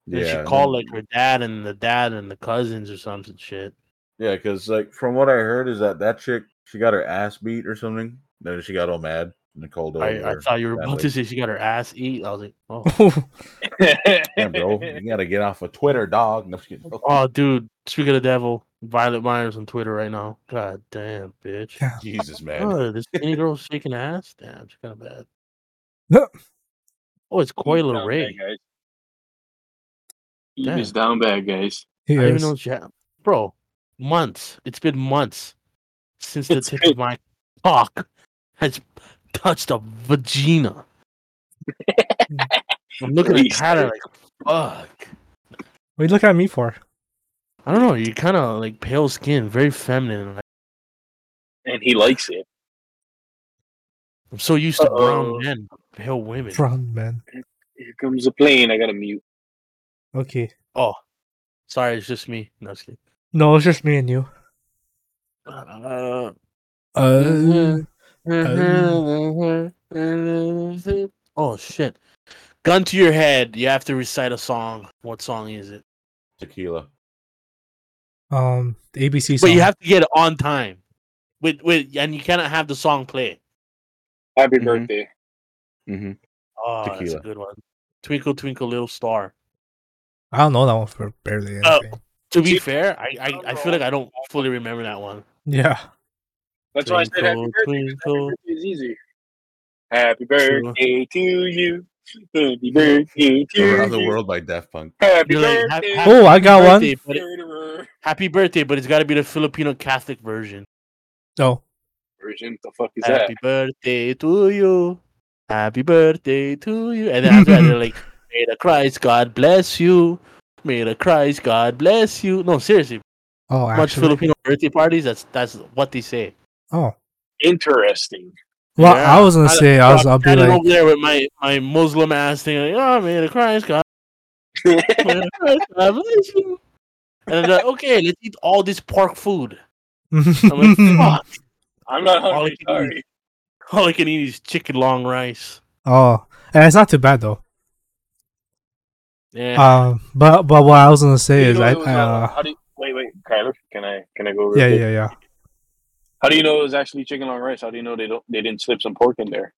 Speaker 6: And
Speaker 4: yeah,
Speaker 6: she called like her dad and the dad and the cousins or some shit.
Speaker 4: Yeah, because like from what I heard is that that chick she got her ass beat or something. Then she got all mad. Nicole Dole.
Speaker 6: I, I
Speaker 4: or-
Speaker 6: thought you were
Speaker 4: that
Speaker 6: about to
Speaker 4: lady.
Speaker 6: say she got her ass eat. I was like, oh,
Speaker 4: Damn, bro, you gotta get off of Twitter, dog. No, just kidding.
Speaker 6: oh, dude. Speaking of the devil, Violet Myers on Twitter right now. God damn, bitch.
Speaker 3: Yeah.
Speaker 4: Jesus, man.
Speaker 6: Oh, this skinny girl shaking ass. Damn, she's kind of bad.
Speaker 3: No.
Speaker 6: Oh, it's Koi
Speaker 2: Down bad,
Speaker 6: Ray.
Speaker 2: guys. Eve
Speaker 6: Damn.
Speaker 2: is down bad, guys.
Speaker 3: He
Speaker 6: I didn't even
Speaker 3: is.
Speaker 6: know she had, bro. Months. It's been months since the
Speaker 2: It's
Speaker 6: tip
Speaker 2: been-
Speaker 6: of my cock has touched a vagina. I'm looking at
Speaker 2: Please.
Speaker 6: Tyler like, fuck.
Speaker 3: What you look at me for?
Speaker 6: I don't know. You're kind of like pale skin, very feminine. Like,
Speaker 2: And he likes it.
Speaker 6: I'm so used to
Speaker 2: Uh-oh.
Speaker 6: brown men, pale women.
Speaker 3: Brown man.
Speaker 2: Here comes the plane. I gotta mute.
Speaker 3: Okay.
Speaker 6: Oh, sorry, it's just me. No, I'm just kidding.
Speaker 3: No, it's just me and you.
Speaker 6: Uh,
Speaker 3: Uh,
Speaker 6: Mm-hmm, oh shit! Gun to your head. You have to recite a song. What song is it?
Speaker 4: Tequila.
Speaker 3: um, the ABC song.
Speaker 6: But you have to get it on time. With with and you cannot have the song play.
Speaker 2: Happy
Speaker 6: Mhm.
Speaker 2: birthday.
Speaker 4: Mm-hmm.
Speaker 6: Oh, that's a
Speaker 4: Tequila.
Speaker 6: good one. Twinkle twinkle little star.
Speaker 3: I don't know that one for barely
Speaker 6: Oh.
Speaker 3: anything.
Speaker 6: To be fair, I, I, I feel like I don't fully remember that one.
Speaker 3: Yeah.
Speaker 2: That's why I said happy birthday.
Speaker 6: Twinkle,
Speaker 2: 'cause
Speaker 6: twinkle.
Speaker 2: Happy birthday is easy. Happy
Speaker 6: True.
Speaker 2: birthday to you. Happy birthday to
Speaker 4: Around the
Speaker 2: you.
Speaker 4: world by Daft Punk.
Speaker 2: Happy
Speaker 6: You're like, ha-
Speaker 2: birthday.
Speaker 6: ha-
Speaker 3: Oh, I got one.
Speaker 6: Birthday, but it-
Speaker 2: murderer.
Speaker 6: happy birthday, but it's got to be the Filipino Catholic version.
Speaker 3: Oh,
Speaker 2: Version. The fuck is that?
Speaker 6: Happy birthday to you. Happy birthday to you. And then after that, they're like, May the Christ God bless you. May the Christ God bless you. No, seriously,
Speaker 3: oh,
Speaker 6: much
Speaker 3: actually.
Speaker 6: Filipino birthday parties. That's that's what they say.
Speaker 3: Oh,
Speaker 2: Interesting.
Speaker 3: well, I
Speaker 6: Yeah.
Speaker 3: was gonna
Speaker 6: I-
Speaker 3: say I was.
Speaker 6: I'm
Speaker 3: I'll be
Speaker 6: standing
Speaker 3: like,
Speaker 6: over there with my, my Muslim ass thing. Like, oh, may the Christ God, may the Christ God bless you. And I'm like, okay, let's eat all this pork food. I'm like, fuck.
Speaker 2: I'm not
Speaker 6: All I
Speaker 2: hungry.
Speaker 6: can
Speaker 2: Sorry.
Speaker 6: All I can eat is chicken long rice.
Speaker 3: oh, and it's not too bad though.
Speaker 6: Yeah.
Speaker 3: Um, but but what I was gonna say
Speaker 2: You
Speaker 3: is
Speaker 2: know
Speaker 3: I.
Speaker 2: it was, uh,
Speaker 3: Uh,
Speaker 2: how do you- wait, wait, Kyler, can I can I go? Real
Speaker 3: yeah,
Speaker 2: quick?
Speaker 3: yeah, yeah.
Speaker 2: How do you know it was actually chicken long rice? How do you know they don't they didn't slip some pork in there?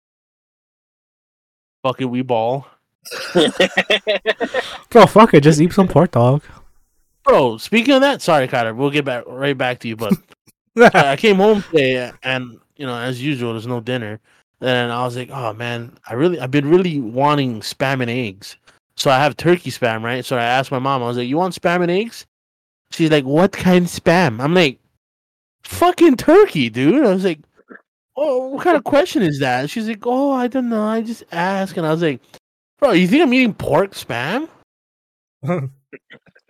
Speaker 6: Fucking we ball.
Speaker 3: Bro, fuck it. Just eat some pork dog.
Speaker 6: Bro, speaking of that, sorry, Kyler, we'll get back right back to you. But I I came home today, and you know, as usual, there's no dinner, and I was like, oh man, I really, I've been really wanting spam and eggs. So I have turkey spam, right? So I asked my mom, I was like, you want spam and eggs? She's like, what kind of spam? I'm like, fucking turkey, dude. I was like, oh, what kind of question is that? She's like, oh, I don't know, I just asked, and I was like, bro, you think I'm eating pork spam?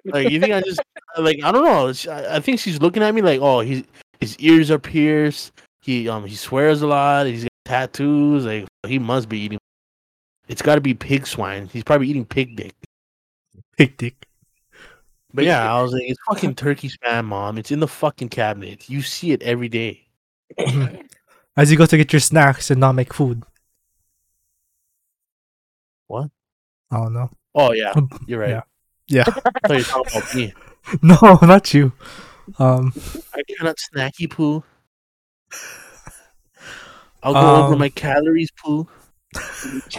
Speaker 6: Like you think I just like I don't know. She, I, I think she's looking at me like, oh, he his ears are pierced. He um he swears a lot. He's got tattoos. Like he must be eating. It's got to be pig swine. He's probably eating pig dick.
Speaker 3: Pig dick.
Speaker 6: But yeah, I was like, it's fucking turkey spam, mom. It's in the fucking cabinet. You see it every day.
Speaker 3: As you go to get your snacks and not make food.
Speaker 6: What?
Speaker 3: I don't know.
Speaker 6: Oh yeah, you're right.
Speaker 3: Yeah.
Speaker 6: I thought you were talking about me.
Speaker 3: No, not you. Um,
Speaker 6: I cannot snacky poo. I'll go over
Speaker 3: Um,
Speaker 6: my calories poo.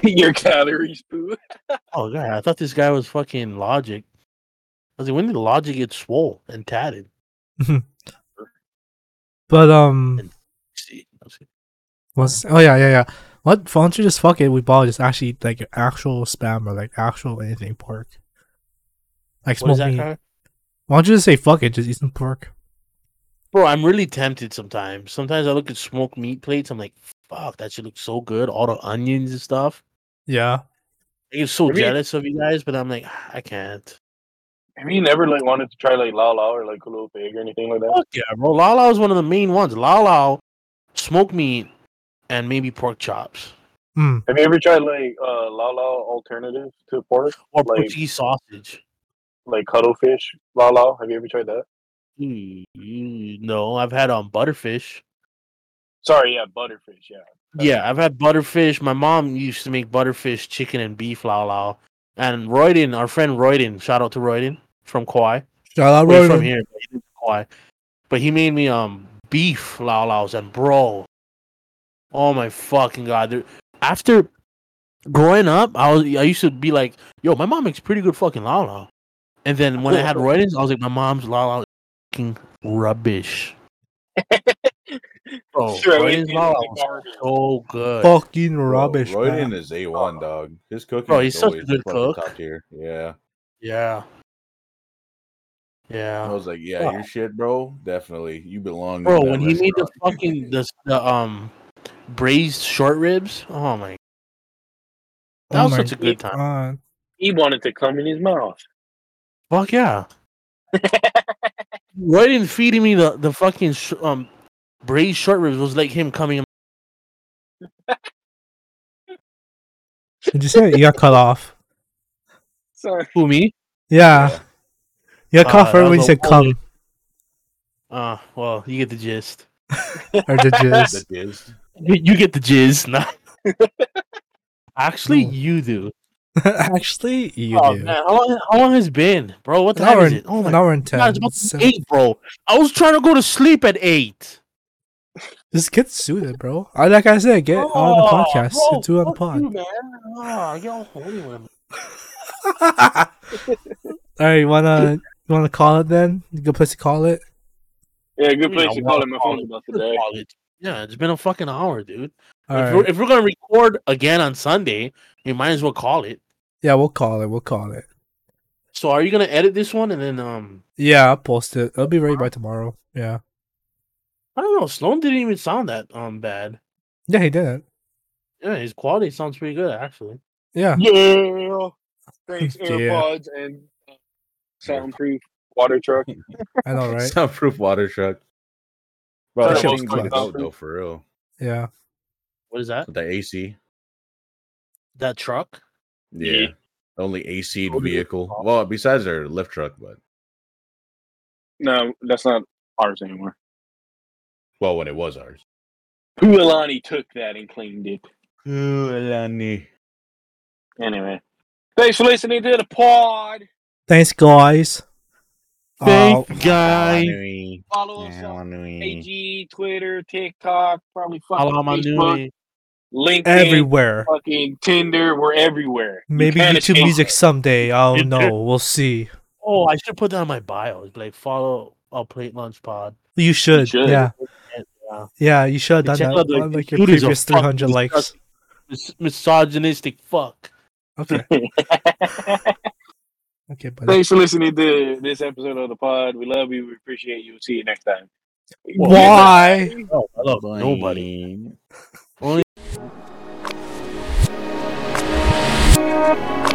Speaker 2: Your calories, poo.
Speaker 6: Oh god, I thought this guy was fucking Logic. I was like, when did Logic get swole and tatted?
Speaker 3: but um,
Speaker 6: See, I was like,
Speaker 3: What's oh yeah yeah yeah. What? Why don't you just fuck it? We ball just actually eat, like actual spam or like actual anything pork. Like
Speaker 6: What is
Speaker 3: smoked
Speaker 6: that,
Speaker 3: meat.
Speaker 6: Connor?
Speaker 3: Why don't you just say fuck it? Just eat some pork.
Speaker 6: Bro, I'm really tempted sometimes. Sometimes I look at smoked meat plates. I'm like, fuck, that shit looks so good. All the onions and stuff.
Speaker 3: Yeah.
Speaker 6: I get so
Speaker 2: I mean-
Speaker 6: jealous of you guys, but I'm like, "Ah, I can't.
Speaker 2: Have you never like wanted to try like lao lao or like Hello Pig or anything like that?
Speaker 6: Fuck yeah, bro. Lao Lao is one of the main ones. Lao Lao, smoked meat, and maybe pork chops
Speaker 3: Hmm.
Speaker 2: Have you ever tried like uh lao lao alternative to pork,
Speaker 6: or
Speaker 2: Like-
Speaker 6: Portuguese sausage.
Speaker 2: like cuttlefish lao lao? Have you ever tried that?
Speaker 6: Mm, mm, No, I've had um butterfish.
Speaker 2: Sorry, yeah, butterfish. Yeah,
Speaker 6: Yeah, I've had butterfish. My mom used to make butterfish, chicken, and beef lao lao. And Royden, our friend Royden, shout out to Royden from Kauai.
Speaker 3: Shout out
Speaker 6: Well, he's
Speaker 3: Roy.
Speaker 6: from here, but he's from Kauai. But he made me um beef lao laos and bro. Oh my fucking god! There- After growing up, I was I used to be like, yo, my mom makes pretty good fucking lao lao. And then when I had writings, I was like, my mom's lao lao is fucking rubbish. Bro,
Speaker 2: Sure, we-
Speaker 6: Royden's lao lao Oh, is so good.
Speaker 3: Fucking
Speaker 4: Bro,
Speaker 3: rubbish.
Speaker 4: Royden
Speaker 3: man.
Speaker 4: is a one dog. His cooking.
Speaker 6: Bro,
Speaker 4: is
Speaker 6: he's such a
Speaker 4: always
Speaker 6: good
Speaker 4: fucking
Speaker 6: cook.
Speaker 4: Top tier. Yeah.
Speaker 6: Yeah. Yeah.
Speaker 4: I was like, yeah, your shit, bro. Definitely, you belong.
Speaker 6: Bro,
Speaker 4: in that
Speaker 6: when he made the
Speaker 4: restaurant.
Speaker 6: fucking the, the um braised short ribs, oh my! That
Speaker 3: Oh
Speaker 6: was
Speaker 3: my
Speaker 6: such a good time.
Speaker 3: God.
Speaker 2: He wanted to come in his mouth.
Speaker 6: Fuck yeah! Roy didn't feeding me the the fucking sh- um braised short ribs was like him coming. in-
Speaker 3: Did you say you got cut off?
Speaker 2: Sorry.
Speaker 6: Who me?
Speaker 3: Yeah. You got cut
Speaker 6: Uh,
Speaker 3: off right
Speaker 6: that
Speaker 3: when you
Speaker 6: was
Speaker 3: said
Speaker 6: a whole-
Speaker 3: come
Speaker 6: Uh well, you get the gist.
Speaker 3: or the
Speaker 4: The
Speaker 3: jizz.
Speaker 4: jizz.
Speaker 6: You you get the jizz. Nah. Actually,
Speaker 3: No.
Speaker 6: you do.
Speaker 3: Actually, you
Speaker 6: oh
Speaker 3: do.
Speaker 6: man, how long, how long has it been, bro? What
Speaker 3: An
Speaker 6: time
Speaker 3: hour,
Speaker 6: is
Speaker 3: and-
Speaker 6: it? Oh my
Speaker 3: an hour and ten.
Speaker 6: god, it's about
Speaker 3: It's, uh,
Speaker 6: eight, bro. I was trying to go to sleep at eight.
Speaker 3: Just get suited, bro. I like I said, get on
Speaker 6: Oh,
Speaker 3: the podcast.
Speaker 6: bro,
Speaker 3: do it on the
Speaker 6: fuck
Speaker 3: pod.
Speaker 6: You, man. Oh, I get all horny when I'm-
Speaker 3: All right, you wanna you wanna call it then? Good place to call it.
Speaker 2: Yeah, good
Speaker 6: I
Speaker 2: place
Speaker 6: mean,
Speaker 2: to
Speaker 6: I
Speaker 2: call
Speaker 6: wanna
Speaker 2: him. My
Speaker 6: call
Speaker 2: phone's about
Speaker 6: it.
Speaker 2: today.
Speaker 6: Call it. Yeah, it's been a fucking hour, dude.
Speaker 3: All
Speaker 6: if,
Speaker 3: right.
Speaker 6: we're, if we're gonna record again on Sunday, we might as well call it.
Speaker 3: Yeah, we'll call it. We'll call it.
Speaker 6: So, are you gonna edit this one and then um?
Speaker 3: Yeah, I'll post it. It'll be ready by tomorrow. Yeah.
Speaker 6: I don't know. Sloan didn't even sound that um bad.
Speaker 3: Yeah, he did it.
Speaker 6: Yeah, his quality sounds pretty good actually.
Speaker 3: Yeah.
Speaker 2: Yeah. Thanks,
Speaker 3: Yeah.
Speaker 2: AirPods and uh, soundproof water truck.
Speaker 3: I know, right?
Speaker 4: Soundproof water truck. Bro,
Speaker 2: That
Speaker 4: that
Speaker 2: shit was
Speaker 4: thing's
Speaker 2: fucking
Speaker 4: like out
Speaker 2: soundproof.
Speaker 4: though, for real.
Speaker 3: Yeah.
Speaker 6: What is that?
Speaker 4: With The AC.
Speaker 6: That truck?
Speaker 4: Yeah.
Speaker 2: Yeah.
Speaker 4: The only AC
Speaker 6: Oh, yeah.
Speaker 4: vehicle. Well, besides their lift truck, but
Speaker 2: No, that's not ours anymore.
Speaker 4: well, when it was ours.
Speaker 2: Puilani took that and cleaned it. Anyway, thanks for listening to the pod.
Speaker 3: Thanks, guys. Uh,
Speaker 6: Thank guy.
Speaker 4: Alani.
Speaker 2: Follow us on
Speaker 4: Alani.
Speaker 2: AG, Twitter, TikTok, probably fucking Facebook,
Speaker 6: Alamanui.
Speaker 2: LinkedIn,
Speaker 3: everywhere.
Speaker 2: fucking Tinder. We're everywhere. You
Speaker 3: Maybe
Speaker 2: can't
Speaker 3: YouTube
Speaker 2: escape
Speaker 3: music
Speaker 2: us.
Speaker 3: someday. I don't
Speaker 6: It-
Speaker 3: know. We'll see.
Speaker 6: Oh, I should put that on my bio. It's like follow a plate lunch pod.
Speaker 3: You should.
Speaker 2: should.
Speaker 3: Yeah.
Speaker 6: Yeah.
Speaker 3: Yeah, you should have
Speaker 6: Check
Speaker 3: done
Speaker 6: out
Speaker 3: that.
Speaker 6: the-
Speaker 3: on, like your
Speaker 6: dude is a
Speaker 3: previous
Speaker 6: fucking
Speaker 3: 300 likes.
Speaker 6: disgusting- mis- misogynistic fuck.
Speaker 3: Okay. Okay, buddy.
Speaker 2: Thanks for listening to this episode of the pod. We love you. We appreciate you. See you next time.
Speaker 3: Why?
Speaker 6: No, Oh, I love nobody.
Speaker 4: Nobody.